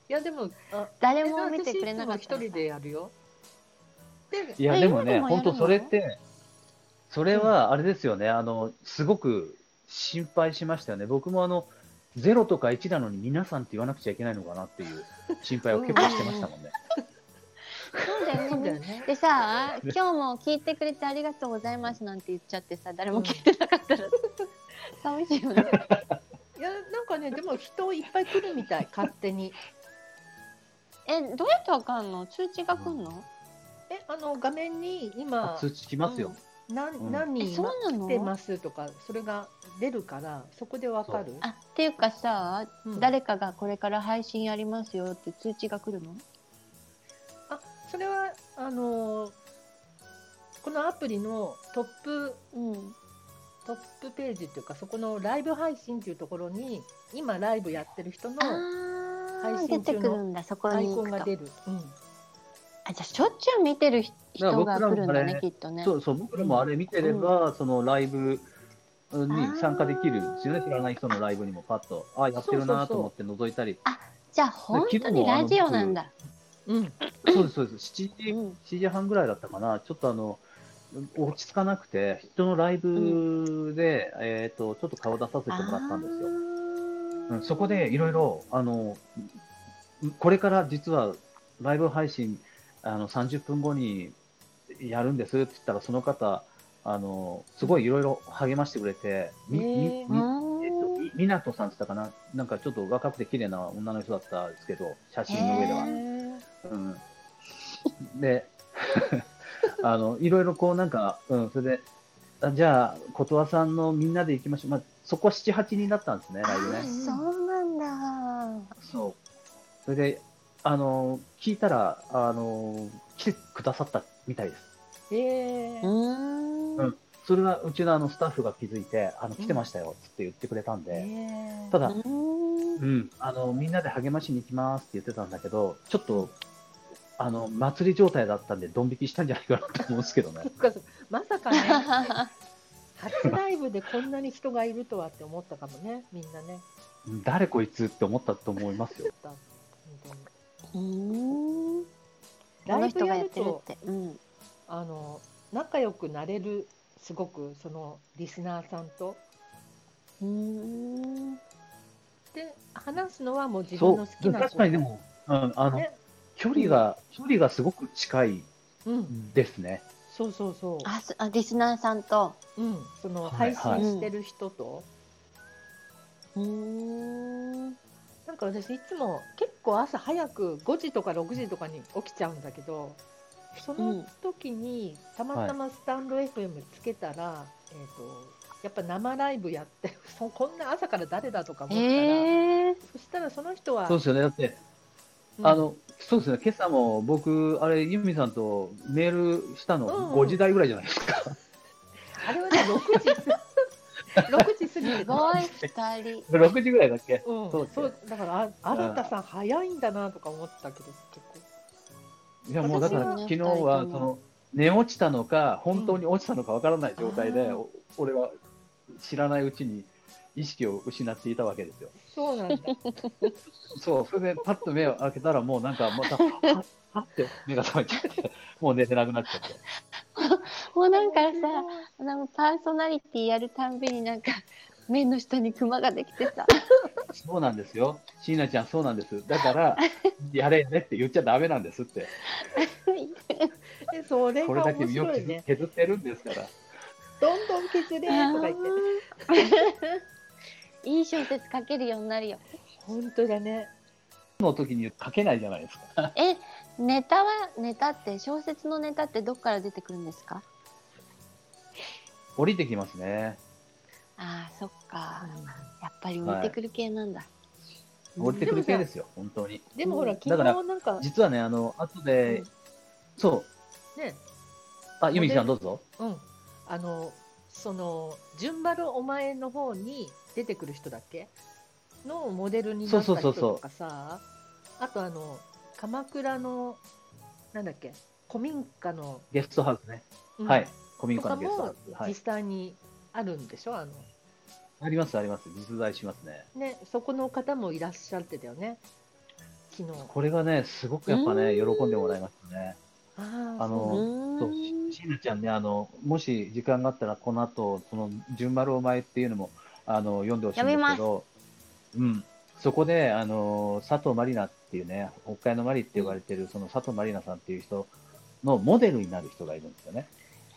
Speaker 1: や、でも、あ、
Speaker 2: 誰
Speaker 1: で
Speaker 2: も見てくれなかった
Speaker 1: 一
Speaker 2: らさ
Speaker 1: 人でやるよ。で、
Speaker 3: いや、
Speaker 2: え
Speaker 3: でもね、
Speaker 2: 今でもやるの
Speaker 3: 本当、それって、それはあれですよね、あのすごく心配しましたよね、僕もあのゼロとか1なのに、皆さんって言わなくちゃいけないのかなっていう心配を結構してましたもんね。
Speaker 2: そうだ
Speaker 1: そ
Speaker 2: よ
Speaker 1: うだ よ
Speaker 2: ね。
Speaker 1: ね。
Speaker 2: でさ、今日も聞いてくれてありがとうございますなんて言っちゃってさ、誰も聞いてなかったら、寂しいよね。
Speaker 1: いや、なんかね、でも、人いっぱい来るみ たい、勝手に。
Speaker 2: え、どうやってわかんの通知が来んの、
Speaker 1: え、あの、画面に、
Speaker 3: あ
Speaker 1: 今。
Speaker 3: 通知来ますよ、
Speaker 1: 何、
Speaker 3: うん
Speaker 1: 何
Speaker 2: え、
Speaker 1: 人
Speaker 2: そう
Speaker 1: 今
Speaker 2: な
Speaker 1: 来て
Speaker 2: の
Speaker 1: ますとか、それが出るから、そこでわかる。
Speaker 2: あ、っていうかさ、
Speaker 1: うん
Speaker 2: 誰かがこれから配信やりますよって通知が来るの
Speaker 1: あ、それは、あのーこのアプリのトップ
Speaker 2: うん。
Speaker 1: トップページっていうかそこのライブ配信っていうところに今ライブやってる人の
Speaker 2: あ
Speaker 1: 配
Speaker 2: ー、出
Speaker 1: 信中
Speaker 2: て
Speaker 1: の
Speaker 2: くるんだ、そこ
Speaker 1: アイ
Speaker 2: に
Speaker 1: コ
Speaker 2: 行
Speaker 1: ンが
Speaker 2: くと。
Speaker 1: 出る、うん、
Speaker 2: あ、じゃあしょっちゅう見てるひ
Speaker 3: だから
Speaker 2: 人
Speaker 3: 僕ら
Speaker 2: が
Speaker 3: も
Speaker 2: 来るんだ
Speaker 3: あ
Speaker 2: ね、
Speaker 3: れ
Speaker 2: きっとね。
Speaker 3: そうそう、僕らもあれ見てれば、そのライブに参加できるんですよね、
Speaker 2: あー
Speaker 3: 知らない人のライブにもパッと、あやってるなと思って覗いたり、
Speaker 2: じゃあ本当にラジオなんだ。
Speaker 1: うん、
Speaker 3: そうです、そうです、7時
Speaker 2: うん。
Speaker 3: 7時半ぐらいだったかな、ちょっとあの、落ち着かなくて、人のライブで、えっ、と、ちょっと顔出させてもらったんですよ。うん、そこでいろいろ、あの、これから実はライブ配信、あの、30分後にやるんですって言ったら、その方、あの、すごいいろいろ励ましてくれて、み、み、
Speaker 1: へー
Speaker 3: み
Speaker 2: あ
Speaker 3: えっと、
Speaker 2: ー
Speaker 3: みみなとさんって言ったかななんかちょっと若くて綺麗な女の人だったんですけど、写真の上では。うん、で あのいろいろこうなんか、うん、それであじゃあ琴和さんのみんなで行きましょう、まあ、そこ78人だったんですねライブ
Speaker 2: あ
Speaker 3: ね
Speaker 2: ーそうなんだ。
Speaker 3: そうそれであの聞いたらあの来てくださったみたいです
Speaker 1: えー、
Speaker 2: うー ん。
Speaker 3: それはうちのあのスタッフが気づいてあの来てましたよつって言ってくれたんで、
Speaker 1: え
Speaker 3: た
Speaker 1: ー、
Speaker 3: だ、
Speaker 2: う
Speaker 3: うんん、あのみんなで励ましに行きますって言ってたんだけどちょっとあの祭り状態だったんでドン引きしたんじゃないかなと思うんですけどね
Speaker 1: そっかそっかまさかね 初ライブでこんなに人がいるとはって思ったかもねみんなね
Speaker 3: うん誰こいつって思ったと思いますよ。
Speaker 1: だ本当に
Speaker 2: うん。この人がやってるって。うん。
Speaker 1: あの仲良くなれるすごくそのリスナーさんと
Speaker 2: うーん。
Speaker 1: で話すのはもう自
Speaker 3: そ
Speaker 1: 分の
Speaker 3: う
Speaker 1: 好きな
Speaker 3: 確かにでも、うん、あの
Speaker 1: ね
Speaker 3: 距離が、距離がすごく近い
Speaker 1: うん
Speaker 3: ですね。
Speaker 1: そうそうそう
Speaker 2: あ、そあリスナーさんと。
Speaker 1: うん、その
Speaker 3: は
Speaker 1: 配
Speaker 3: い
Speaker 1: 信
Speaker 3: はい
Speaker 1: してる人と、
Speaker 2: うーん。
Speaker 1: なんか私いつも結構朝早く5時とか6時とかに起きちゃうんだけどその時にたまたまスタンド FM つけたら、えー、とやっぱ生ライブやって そうこんな朝から誰だとか思ったら、
Speaker 2: ええ。
Speaker 1: そしたらその人は
Speaker 3: そうですよね。だって、
Speaker 1: うん
Speaker 3: あの、そうですね。今朝も僕、あれ、ユミさんとメールしたの
Speaker 1: うん
Speaker 3: 5時台ぐらいじゃないですか。
Speaker 1: あれはね6時 6時過ぎて
Speaker 2: す
Speaker 1: た
Speaker 2: ごい二人。
Speaker 3: 6時ぐらいだっけ
Speaker 1: うん、
Speaker 3: そ
Speaker 1: そうう
Speaker 3: ですよ
Speaker 1: だからあ新田さん早いんだなとか思ったけど結構
Speaker 3: いや、もうだから、昨
Speaker 2: 私
Speaker 3: 日
Speaker 2: は二人
Speaker 3: は、
Speaker 2: とも
Speaker 3: その、寝落ちたのか、本当に落ちたのかわからない状態で、
Speaker 1: うんあー
Speaker 3: お 俺は知らないうちに意識を失っていたわけですよ。
Speaker 1: そうなんだ
Speaker 3: そう、それでパッと目を開けたら、もうなんか、また、ははって目が覚めちゃって、もう寝てなくなっちゃって。
Speaker 2: もうなんかさ。なんかパーソナリティやるたんびになんか 目の下にクマができ てさ
Speaker 3: そうなんですよ。椎名ちゃん、そうなんです。だ から、やれねって言っちゃダメなんですって。
Speaker 1: えそれ
Speaker 3: これ
Speaker 1: が
Speaker 3: だけ
Speaker 1: 面
Speaker 3: 身を
Speaker 1: 白い
Speaker 3: 削
Speaker 1: ね
Speaker 3: 削ってるんですから。
Speaker 1: どんどん削れとか言って
Speaker 2: いい小説書けるようになるよ。
Speaker 1: 本当だね。
Speaker 3: の時に書けないじゃないですか。
Speaker 2: え、ネタは、ネタって、小説のネタってどっから出てくるんですか
Speaker 3: 降りてきますね。
Speaker 2: ああ、そっか。やっぱり置いてくる系なんだ。
Speaker 3: 降りてくる系ですよ、本当に。
Speaker 1: でもほら、
Speaker 2: うん
Speaker 1: 昨
Speaker 3: だから
Speaker 1: 日なんか、
Speaker 3: 実はね、あの、後で、
Speaker 1: うん
Speaker 3: そう、
Speaker 1: ね、
Speaker 3: あ、ゆみきさんどうぞ。
Speaker 1: うん、あの、その、順丸お前の方に出てくる人だっけのモデルになった
Speaker 3: そう
Speaker 1: 人
Speaker 3: そうそうそう
Speaker 1: とかさ、あとあの、鎌倉の、なんだっけ、古民家の、
Speaker 3: ゲストハウスね。
Speaker 1: うん
Speaker 3: はい。古民
Speaker 1: と
Speaker 3: 家
Speaker 1: か
Speaker 3: のゲストハ
Speaker 1: も
Speaker 3: ウス。は
Speaker 1: 実
Speaker 3: い。
Speaker 1: 際にあるんでしょ、あの、
Speaker 3: あります、あります。実在しますね。
Speaker 1: ね、そこの方もいらっしゃってたよね、昨日。
Speaker 3: これがね、すごくやっぱね、
Speaker 2: うーん
Speaker 3: 喜んでもらいましたね。
Speaker 1: あ
Speaker 3: あ
Speaker 2: う
Speaker 3: の
Speaker 2: ーん
Speaker 3: そう、ししなちゃんね、あの、もし時間があったら、この後、その、純丸お前っていうのも、あの、読んでほしいんですけど、うん。そこで、あの、佐藤まりなっていうね、北海のマリって言われてる、その佐藤まりなさんっていう人のモデルになる人がいるんですよね。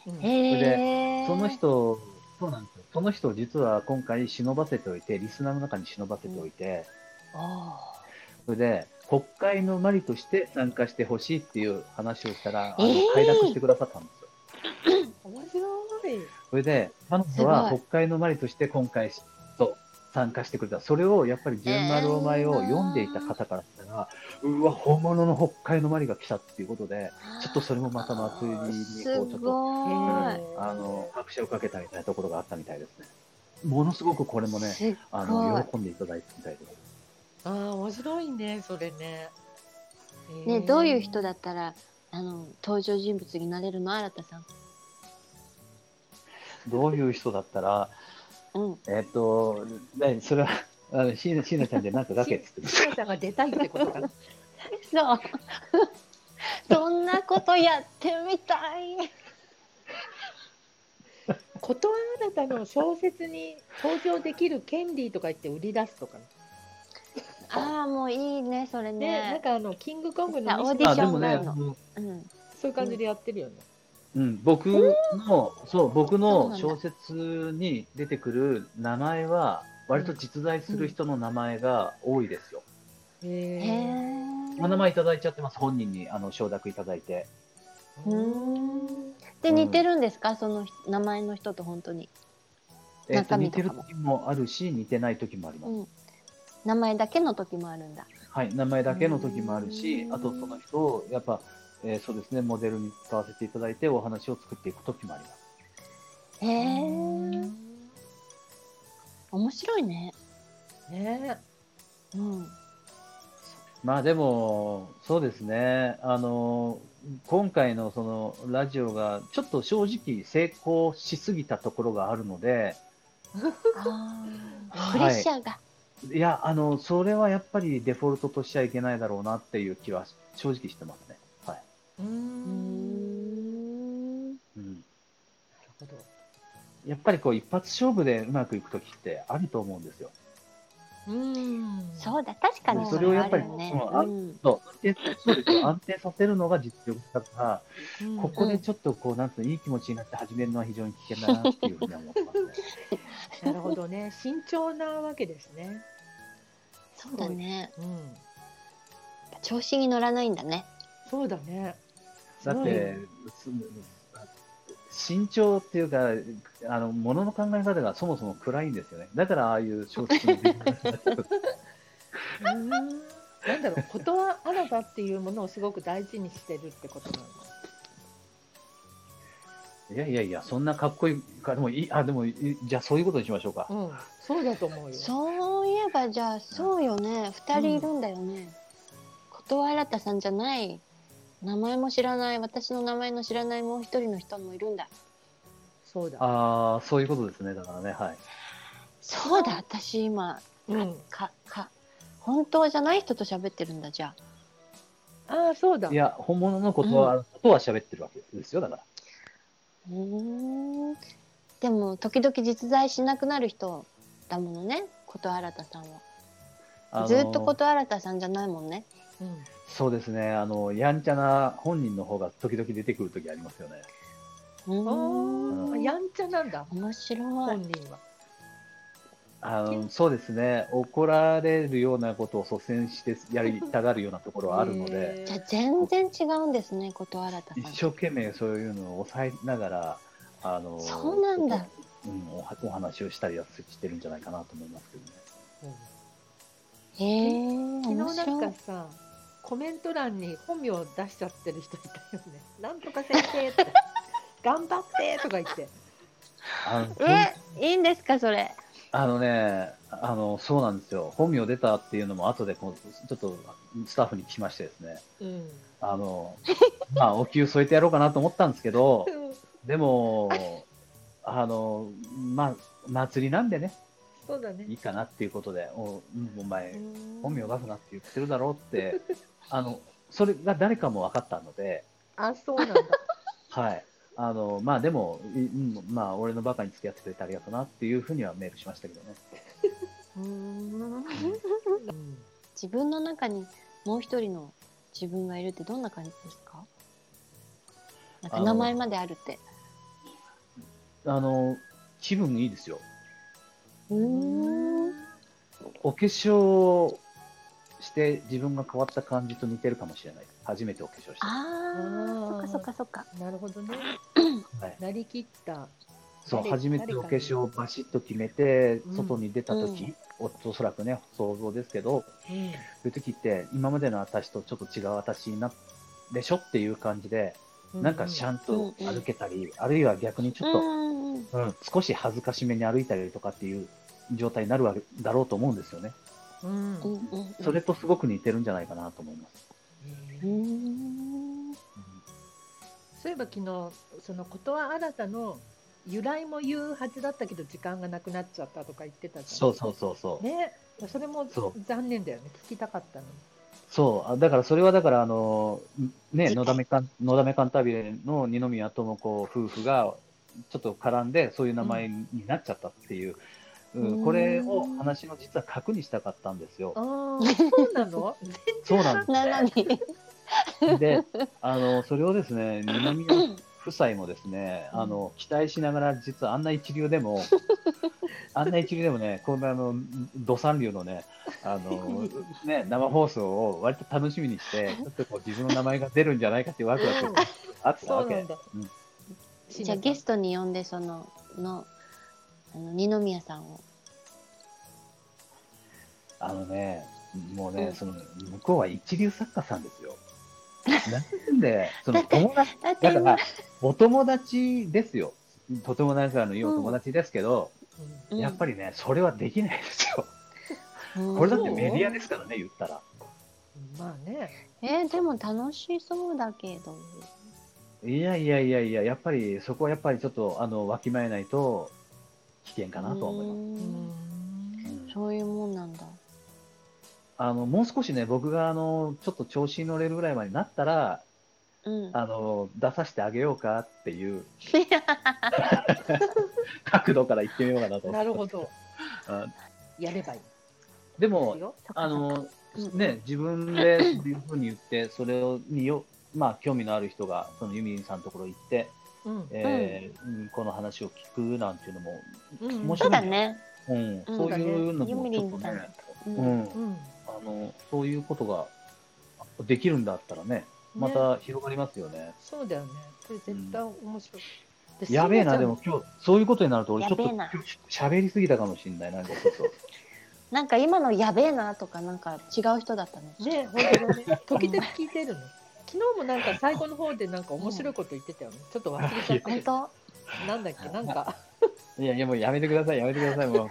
Speaker 1: そううん
Speaker 2: へえ。
Speaker 3: その人、そうなんですよ。その人を実は今回忍ばせておいて、リスナーの中に忍ばせておいて、
Speaker 2: あ
Speaker 3: それで、国会のマリとして参加してほしいっていう話をしたら、あの
Speaker 2: えー
Speaker 3: 快諾してくださったんですよ。
Speaker 1: 面白い。
Speaker 3: それで、彼女は
Speaker 2: すごい
Speaker 3: 国会のマリとして今回そう参加してくれた。それをやっぱり純丸お前を読んでいた方からしたら、うわ、本物の北海のマリが来たっていうことで、
Speaker 2: ー
Speaker 3: ちょっとそれもまた祭りにこうちょ
Speaker 2: す
Speaker 3: っと
Speaker 2: ごい。
Speaker 3: あの拍手をかけたみたいなところがあったみたいですね。ものすごくこれもね、
Speaker 2: すっ
Speaker 3: あ
Speaker 2: ごい
Speaker 3: の喜んでいただいたみたいです。
Speaker 1: ああ、面白いね、それね。へ
Speaker 2: ね、
Speaker 1: え
Speaker 2: どういう人だったら、あの、登場人物になれるの、新田さん。
Speaker 3: どういう人だったら、
Speaker 2: うん。
Speaker 3: えっ、と、ね、それは、あの椎名椎名ちゃんでなんかだけっつっ てます。
Speaker 1: しのちゃんが出たいってことかな。
Speaker 2: そう。そんなことやってみたい。
Speaker 1: ことあなたの小説に登場できる権利とか言って売り出すとかね。
Speaker 2: ああ、もういいね、それ
Speaker 1: ね、なん
Speaker 2: ね。
Speaker 1: かあの、キングコングの
Speaker 2: さオー
Speaker 1: 西
Speaker 2: ディ
Speaker 1: 野
Speaker 2: シ
Speaker 3: あ
Speaker 1: さ
Speaker 3: で
Speaker 2: ョ
Speaker 1: ん
Speaker 2: ン
Speaker 3: もね、
Speaker 2: があるの
Speaker 3: あの
Speaker 2: うん。
Speaker 1: そういう感じでやってるよね。
Speaker 3: うん、僕の、そう、僕の
Speaker 2: そうな
Speaker 3: 小
Speaker 2: ん
Speaker 3: 説に出てくる名前は、割と実在する人の名前が多いですよ。
Speaker 2: へ
Speaker 1: へえ。
Speaker 2: え。
Speaker 3: お名前いただいちゃってます、本人にあの承諾いただいて。
Speaker 2: うーんで、似てるんですか、その人名前の人と本当に。
Speaker 3: えっ、と、
Speaker 2: 中身
Speaker 3: 似
Speaker 2: と
Speaker 3: て
Speaker 2: か
Speaker 3: る
Speaker 2: も
Speaker 3: 時もあるし、似てない時もあります。
Speaker 2: うん。名前だけの時もあるんだ。
Speaker 3: はい、名前だけの時もあるし
Speaker 2: う、ん
Speaker 3: あとその人を、やっぱ、えーそうですね、モデルに使わせていただいて、お話を作っていく時もあります。
Speaker 2: へえ。面白いね。
Speaker 1: ね
Speaker 2: うん。
Speaker 3: まあでも、そうですね、あの、今回のそのラジオが、ちょっと正直成功しすぎたところがあるので、
Speaker 2: ああ。
Speaker 3: は
Speaker 2: プ
Speaker 3: い
Speaker 2: レッシャーが。
Speaker 3: いや、あの、それはやっぱりデフォルトとしちゃいけないだろうなっていう気は正直してますね。はい。
Speaker 1: え。うー。
Speaker 2: うん
Speaker 1: なる
Speaker 2: ん。
Speaker 3: うん。
Speaker 1: ほど。
Speaker 3: やっぱりこう一発勝負でうまくいく時ってあると思うんですよ。
Speaker 1: うーん。
Speaker 2: そうだ、確かに
Speaker 1: そ
Speaker 2: そ
Speaker 1: れ
Speaker 2: れ
Speaker 1: を
Speaker 2: は
Speaker 1: や
Speaker 2: あ
Speaker 1: っぱ
Speaker 2: る
Speaker 1: り
Speaker 2: よね。
Speaker 3: うんあ
Speaker 2: うん
Speaker 3: そう安定そうですよ安定させるのが実力だから、
Speaker 1: うん。
Speaker 3: ここでちょっとこう、なんつうの、いい気持ちになって始めるのは非常に危険だなっていうふうには思ってますね。
Speaker 1: なるほどね。慎重なわけですね。
Speaker 2: そうだね。
Speaker 1: うん。
Speaker 2: 調子に乗らないんだね。
Speaker 1: そうだね。
Speaker 3: だって、す慎重っていうか、あの、ものの考え方がそもそも暗いんですよね。だから、ああいう小説の
Speaker 1: うーん なんだろう、ことはあなたっていうものをすごく大事にしてるってことなの。
Speaker 3: いやいやいや、そんなかっこいいか、でもいい、あ、でもいい、じゃあそういうことにしましょうか。
Speaker 1: うん、そうだと思うよ。
Speaker 2: そういえば、じゃあ、そうよね。二人いるんだよね。ことわらたさんじゃない。名前も知らない、私の名前の知らないもう一人の人もいるんだ。
Speaker 1: そうだ。
Speaker 3: ああ、そういうことですね。だからね、はい。
Speaker 2: そうだ、私今、
Speaker 1: うん、
Speaker 2: か、か、本当じゃない人と喋ってるんだ、じゃあ。
Speaker 1: ああ、そうだ
Speaker 3: い。や、本物のことは、ことは喋ってるわけですよ、だから。
Speaker 2: うーん。でも、時々実在しなくなる人だものね、ことわらたさんは。
Speaker 3: あの
Speaker 2: ずっとことあらたさんじゃないもんね。
Speaker 1: うん、
Speaker 3: そうですね、あの、やんちゃな本人の方が時々出てくるときありますよね。
Speaker 2: うーん
Speaker 1: ああ、やんちゃなんだ。
Speaker 2: 面白
Speaker 1: 本
Speaker 2: い。
Speaker 1: 人は。
Speaker 3: あのそうですね、怒られるようなことを率先してやりたがるようなところはあるので、
Speaker 2: じゃあ全然違うんですね、こと新たさん。
Speaker 3: 一生懸命そういうのを抑えながら、あの
Speaker 2: そうなんだ。
Speaker 3: うん、おはお話をしたりはしてるんじゃないかなと思いますけどね。
Speaker 2: へえ、面
Speaker 1: 昨日なん
Speaker 2: 白
Speaker 1: か
Speaker 2: い。
Speaker 1: さコメント欄に本名を出しちゃってる人いたよ ね「なんとか先生」って「頑張って」とか言って
Speaker 3: あの
Speaker 2: え、いいんですか、それ。
Speaker 3: あのね、あの、そうなんですよ。本名出たっていうのも後でこう、ちょっとスタッフに聞きましてですね。
Speaker 1: うん
Speaker 3: あの、まあ、お給添えてやろうかなと思ったんですけど、でも、あの、まあ、祭りなんでね、
Speaker 1: そうだ
Speaker 3: いい
Speaker 1: ね
Speaker 3: かなっていうことで、お、うん、お前、本名
Speaker 1: うん
Speaker 3: 出すなって言ってるだろうって、あの、それが誰かも分かったので、
Speaker 1: あそうなんだ
Speaker 3: はい。あの、まあでも、いうん、まあ、俺のバカに付き合ってくれてありがとうなっていうふうにはメールしましたけどね。
Speaker 2: うーん
Speaker 1: うん
Speaker 2: 自分の中にもう一人の自分がいるってどんな感じですかなんか名前まであるって。
Speaker 3: あの、気分いいですよ。
Speaker 2: うーん。
Speaker 3: お化粧して自分が変わった感じと似てるかもしれない。初めてお化粧し
Speaker 2: ああ、そっかそっかそっか。
Speaker 1: なるほどね
Speaker 3: た。はい、
Speaker 1: なりきった
Speaker 3: そう、
Speaker 1: 誰
Speaker 3: 初めてお化粧をバシッと決めて
Speaker 1: う、ん
Speaker 3: 外に出た時、おおそらくね、想像ですけど、
Speaker 1: うん
Speaker 3: そういう時って、今までの私とちょっと違う私になでしょっていう感じで、なんかシャンと歩けたり、あるいは逆にちょっ
Speaker 2: う
Speaker 3: と、
Speaker 2: んうん。
Speaker 3: うん、少し恥ずかしめに歩いたりとかっていう状態になるわけだろうと思うんですよね。
Speaker 1: うん
Speaker 2: うんうん。
Speaker 3: それとすごく似てるんじゃないかなと思います。
Speaker 2: うーん。
Speaker 1: そういえば昨日そのことは新たの由来も言うはずだったけど時間がなくなっちゃったとか言ってたじゃん
Speaker 3: そうそうそうそう。
Speaker 1: ねそれも
Speaker 3: そ
Speaker 1: 残念だよね聞きたかったの
Speaker 3: そう、あだからそれはだから、あの、ね、
Speaker 2: 次回
Speaker 3: のだめかん、のだめカンタービレの二宮智子夫婦が、ちょっと絡んで、そういう名前になっちゃったっていう、うん
Speaker 2: うん
Speaker 3: これを話の実は核にしたかったんですよ。
Speaker 1: ああそうなの
Speaker 3: そうなん
Speaker 2: な、なに。
Speaker 3: です。で、あの、それをですね、二宮夫妻もですね、あの、期待しながら、実はあんな一流でも、あんな一流でもね、こんなあの、土産流のね、あの、ね、生放送を割と楽しみにして、ちょっとこう自分の名前が出るんじゃないかっていうワクワクがあった
Speaker 1: そ
Speaker 3: わ
Speaker 1: うな
Speaker 3: け
Speaker 1: ん。だ
Speaker 3: うん
Speaker 2: じゃあゲストに呼んで、その、の、あの二宮さんを。
Speaker 3: あのね、もう
Speaker 2: う
Speaker 3: ね
Speaker 2: ん、
Speaker 3: その、向こうは一流作家さんですよ。なんで、その友達、
Speaker 2: だって
Speaker 3: だか
Speaker 2: 今
Speaker 3: ら、お友達ですよ。とても仲のいいお友達ですけど、
Speaker 1: ト
Speaker 2: うん
Speaker 3: やっぱりね、それはできないです
Speaker 2: う
Speaker 3: よ。
Speaker 2: ん
Speaker 3: これだってメディアですからね、言ったら。
Speaker 1: まあね
Speaker 2: えーでも楽しそうだけど。
Speaker 3: いやいやいやいや、やっぱりそこはやっぱりちょっとあのわきまえないと危険かなとは思います。
Speaker 1: う
Speaker 2: うーん
Speaker 1: ん
Speaker 2: そういうもんなんだ。
Speaker 3: あのもう少しね、僕があのちょっと調子に乗れるぐらいまでなったら、
Speaker 2: うん。
Speaker 3: あの出させてあげようかっていう角度から言ってみようかなと。
Speaker 1: なるほど
Speaker 3: あ
Speaker 1: やればいい
Speaker 3: で
Speaker 1: で
Speaker 3: も
Speaker 1: す、よ
Speaker 3: あの
Speaker 2: うん
Speaker 3: ね、自分でそういうふうに言って、それをによ、まあ、興味のある人がそのユミリンさんのところ行って、
Speaker 1: うん
Speaker 3: えーうんこの話を聞くなんていうのも、
Speaker 1: うん
Speaker 2: そ
Speaker 3: 面白
Speaker 2: う
Speaker 3: い
Speaker 2: だね。
Speaker 3: うん、
Speaker 2: うん
Speaker 3: そういうの
Speaker 2: ユ
Speaker 3: も
Speaker 2: ミ
Speaker 3: ち
Speaker 2: リ
Speaker 3: ょっと
Speaker 2: ンさん
Speaker 3: ね、
Speaker 2: う。
Speaker 3: うんん、
Speaker 1: うん
Speaker 3: あのそういうことができるんだったらね、ま
Speaker 1: ね
Speaker 3: た広がりますよね。
Speaker 1: そうだよねこれ絶対面白いで
Speaker 3: やべえな、
Speaker 1: し
Speaker 3: で
Speaker 1: ん
Speaker 3: も今日、そういうことになると、俺ちょっと
Speaker 2: やべえな
Speaker 3: 今日喋りすぎたかもしれない、なんかちょっと。
Speaker 2: なんか今のやべえなとかなんか違う人だったね。
Speaker 1: ね本当だね時々聞いてるの昨日もなんか最後の方でなんか面白いこと言って たよねちょっと忘れちゃった
Speaker 2: 本
Speaker 1: けど
Speaker 2: 当
Speaker 1: なんだっけなんか
Speaker 3: いやいや、もうやめてください、やめてください、もう。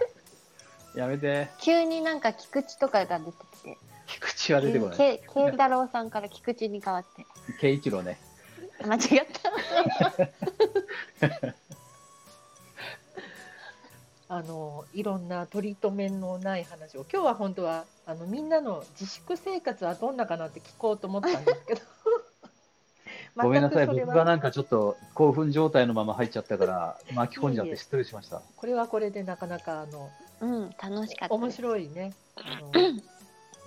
Speaker 3: やめて。
Speaker 2: 急になんか菊池とかが出てきて。
Speaker 3: 菊池は出てこない。
Speaker 2: け慶太郎さんから菊池に変わ って。
Speaker 3: 慶一郎ね。
Speaker 2: 間違った。
Speaker 1: あのいろんな取り留めのない話を今日は本当はあのみんなの自粛生活はどんなかなって聞こうと思ったんですけど
Speaker 3: ごめんなさい、
Speaker 1: 全くそれ
Speaker 3: 僕
Speaker 1: は
Speaker 3: がなんかちょっと興奮状態のまま入っちゃったから、巻き込んじゃっ
Speaker 1: いえい
Speaker 3: て
Speaker 1: え
Speaker 3: 失礼しました。
Speaker 1: これはこれでなかなかあの
Speaker 2: うん、楽しかった。
Speaker 1: 面
Speaker 2: い。
Speaker 1: 白いねあの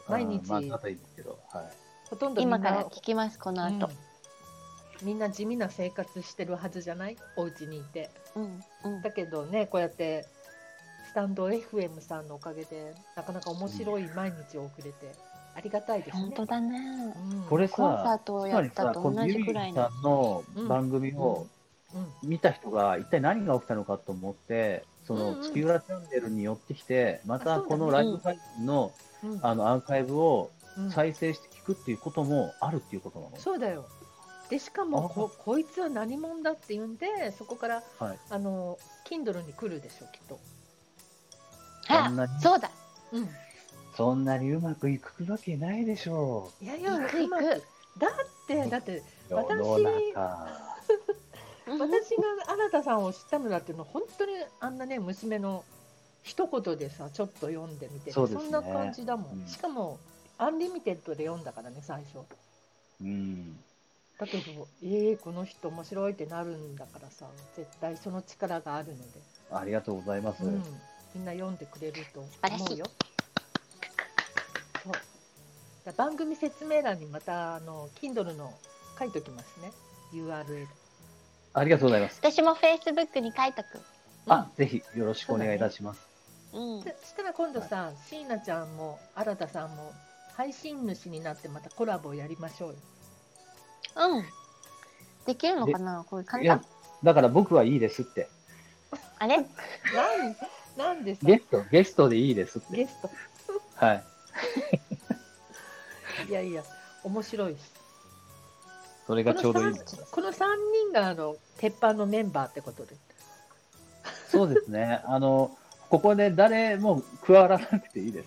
Speaker 1: 毎日
Speaker 3: うんまあ、またいいんですけど、はい。
Speaker 1: ほとんどみんな
Speaker 2: 今から聞きます、この後。
Speaker 1: うんみんな地味な生活してるはずじゃないお家にいて
Speaker 2: うん、うん。
Speaker 1: だけどねこうやってスタンド FM さんのおかげでなかなか面白い毎日を送れてありがたいですね。
Speaker 2: 本当だね。
Speaker 1: うん
Speaker 3: これさ、
Speaker 2: コンサートを
Speaker 3: つ
Speaker 2: や
Speaker 3: ま
Speaker 2: っ
Speaker 3: り
Speaker 2: た
Speaker 3: さ、
Speaker 2: と
Speaker 3: こ
Speaker 2: 同
Speaker 3: のゆ
Speaker 2: じ
Speaker 3: い
Speaker 2: くらい
Speaker 3: さ
Speaker 2: の。
Speaker 3: んの番組を
Speaker 1: うん
Speaker 3: 見た人が一体何が起きたのかと思って、そ
Speaker 1: うんうん
Speaker 3: の地球裏チャンネルに寄ってきて、ま
Speaker 1: あ
Speaker 3: た
Speaker 1: そうだ
Speaker 3: こ
Speaker 1: ね
Speaker 3: のライブ配信の,、
Speaker 1: うん
Speaker 3: あのアーカイブを
Speaker 1: うん
Speaker 3: 再生して聞くっていうこともあるっていうことなの、
Speaker 1: そうだよ。でしかも
Speaker 3: あ
Speaker 1: ここいつは何者だって言うんでそこから、
Speaker 3: はい
Speaker 1: あの Kindle に来るでしょきっと。
Speaker 3: そ
Speaker 2: あ
Speaker 3: ん、なに
Speaker 2: そうだ。
Speaker 1: うん、
Speaker 3: そんなにうまくいくわけないでしょ
Speaker 1: いやいや
Speaker 2: 行く行
Speaker 1: うまく
Speaker 2: く。
Speaker 1: だってだって
Speaker 3: う。
Speaker 1: 私
Speaker 3: 世の中。
Speaker 1: 私が新田さんを知ったのだっていうのは本当にあんなね娘の一言でさちょっと読んでみて
Speaker 3: そうですね
Speaker 1: んな感じだもん、
Speaker 3: うん
Speaker 1: しかもアンリミテッドで読んだからね最初
Speaker 3: うん。
Speaker 1: だけどええこの人面白いってなるんだからさ絶対その力があるので、
Speaker 3: ありがとうございます。
Speaker 1: うん、みんな読んでくれると思
Speaker 2: 晴らしいう
Speaker 1: よそうだ番組説明欄にまたあの Kindle の書いときますね URL
Speaker 3: ありがとうございます。
Speaker 2: 私もフェイスブックに書いとく。
Speaker 3: あ、ぜひよろしくお願いいたします。
Speaker 2: うん
Speaker 1: そ。したら今度さ、椎名ちゃんも新田さんも配信主になってまたコラボをやりましょうよ。
Speaker 2: うん。できるのかなこれ簡
Speaker 3: いや
Speaker 2: 単。、
Speaker 3: だから僕はいいですって。
Speaker 2: あれ
Speaker 1: なんなんでさ
Speaker 3: ゲスト、ゲストでいいですって。
Speaker 1: ゲスト
Speaker 3: はい。
Speaker 1: いやいや面白いし
Speaker 3: それ
Speaker 1: こ
Speaker 3: がちょ
Speaker 1: の
Speaker 3: うどいい
Speaker 1: 三
Speaker 3: です。
Speaker 1: この3人があの鉄板のメンバーってことで
Speaker 3: そうですね。あの、ここで誰も加わらなくていいで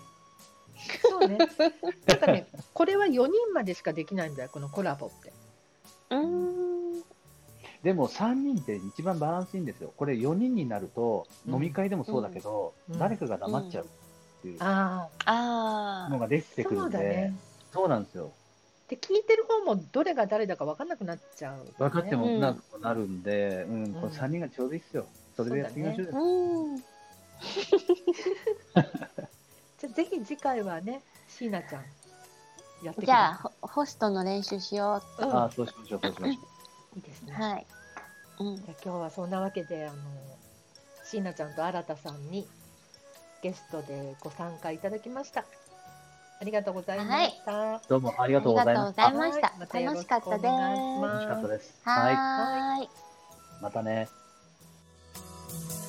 Speaker 3: す。
Speaker 1: そうねなんかねこれは4人までしかできないんだよこのコラボって
Speaker 2: うーん。
Speaker 3: でも3人って一番バランスいいんですよ。これ4人になると、
Speaker 1: うん
Speaker 3: 飲み会でもそうだけど、
Speaker 1: うん
Speaker 3: 誰かが黙っちゃうっていう
Speaker 1: あ
Speaker 2: あ
Speaker 3: のができてく
Speaker 1: そ
Speaker 3: る
Speaker 1: うん
Speaker 3: で、
Speaker 1: だね
Speaker 3: そうなんですよ。
Speaker 1: で聞いてる方もどれが誰だか分かんなくなっちゃう、ね、
Speaker 3: 分かって
Speaker 2: う
Speaker 3: も
Speaker 2: ん
Speaker 3: なんかなるんで、うん、
Speaker 1: う
Speaker 3: こ
Speaker 1: ん
Speaker 3: の3人がちょうどいいっすよ。それでやっていきましょうよ
Speaker 2: あ。うん。
Speaker 1: じゃあぜひ次回はね椎名ちゃんやってくれ
Speaker 2: じゃあ、ホホストの練習しよ
Speaker 1: うん
Speaker 3: ああ、そうしましょう、そうしましょ
Speaker 1: いいです
Speaker 2: う。
Speaker 1: ね
Speaker 2: はい。うん
Speaker 1: じ。ゃあ今日はそんなわけであの椎名ちゃんと新田さんにゲストでご参加いただきました。ありがとうございました。は
Speaker 3: う。どうもあり
Speaker 2: あ
Speaker 3: がとう
Speaker 2: りが
Speaker 3: ござい
Speaker 2: とう
Speaker 3: ま
Speaker 2: ご
Speaker 3: し
Speaker 2: ざ
Speaker 3: た
Speaker 2: い。ま
Speaker 1: はいまた。よろし
Speaker 2: した楽し
Speaker 1: く
Speaker 2: か
Speaker 1: お
Speaker 2: ったで
Speaker 1: 願いします
Speaker 2: す。
Speaker 3: 楽しかったです。
Speaker 2: は
Speaker 3: はい。
Speaker 2: ーい。
Speaker 3: またね。
Speaker 1: い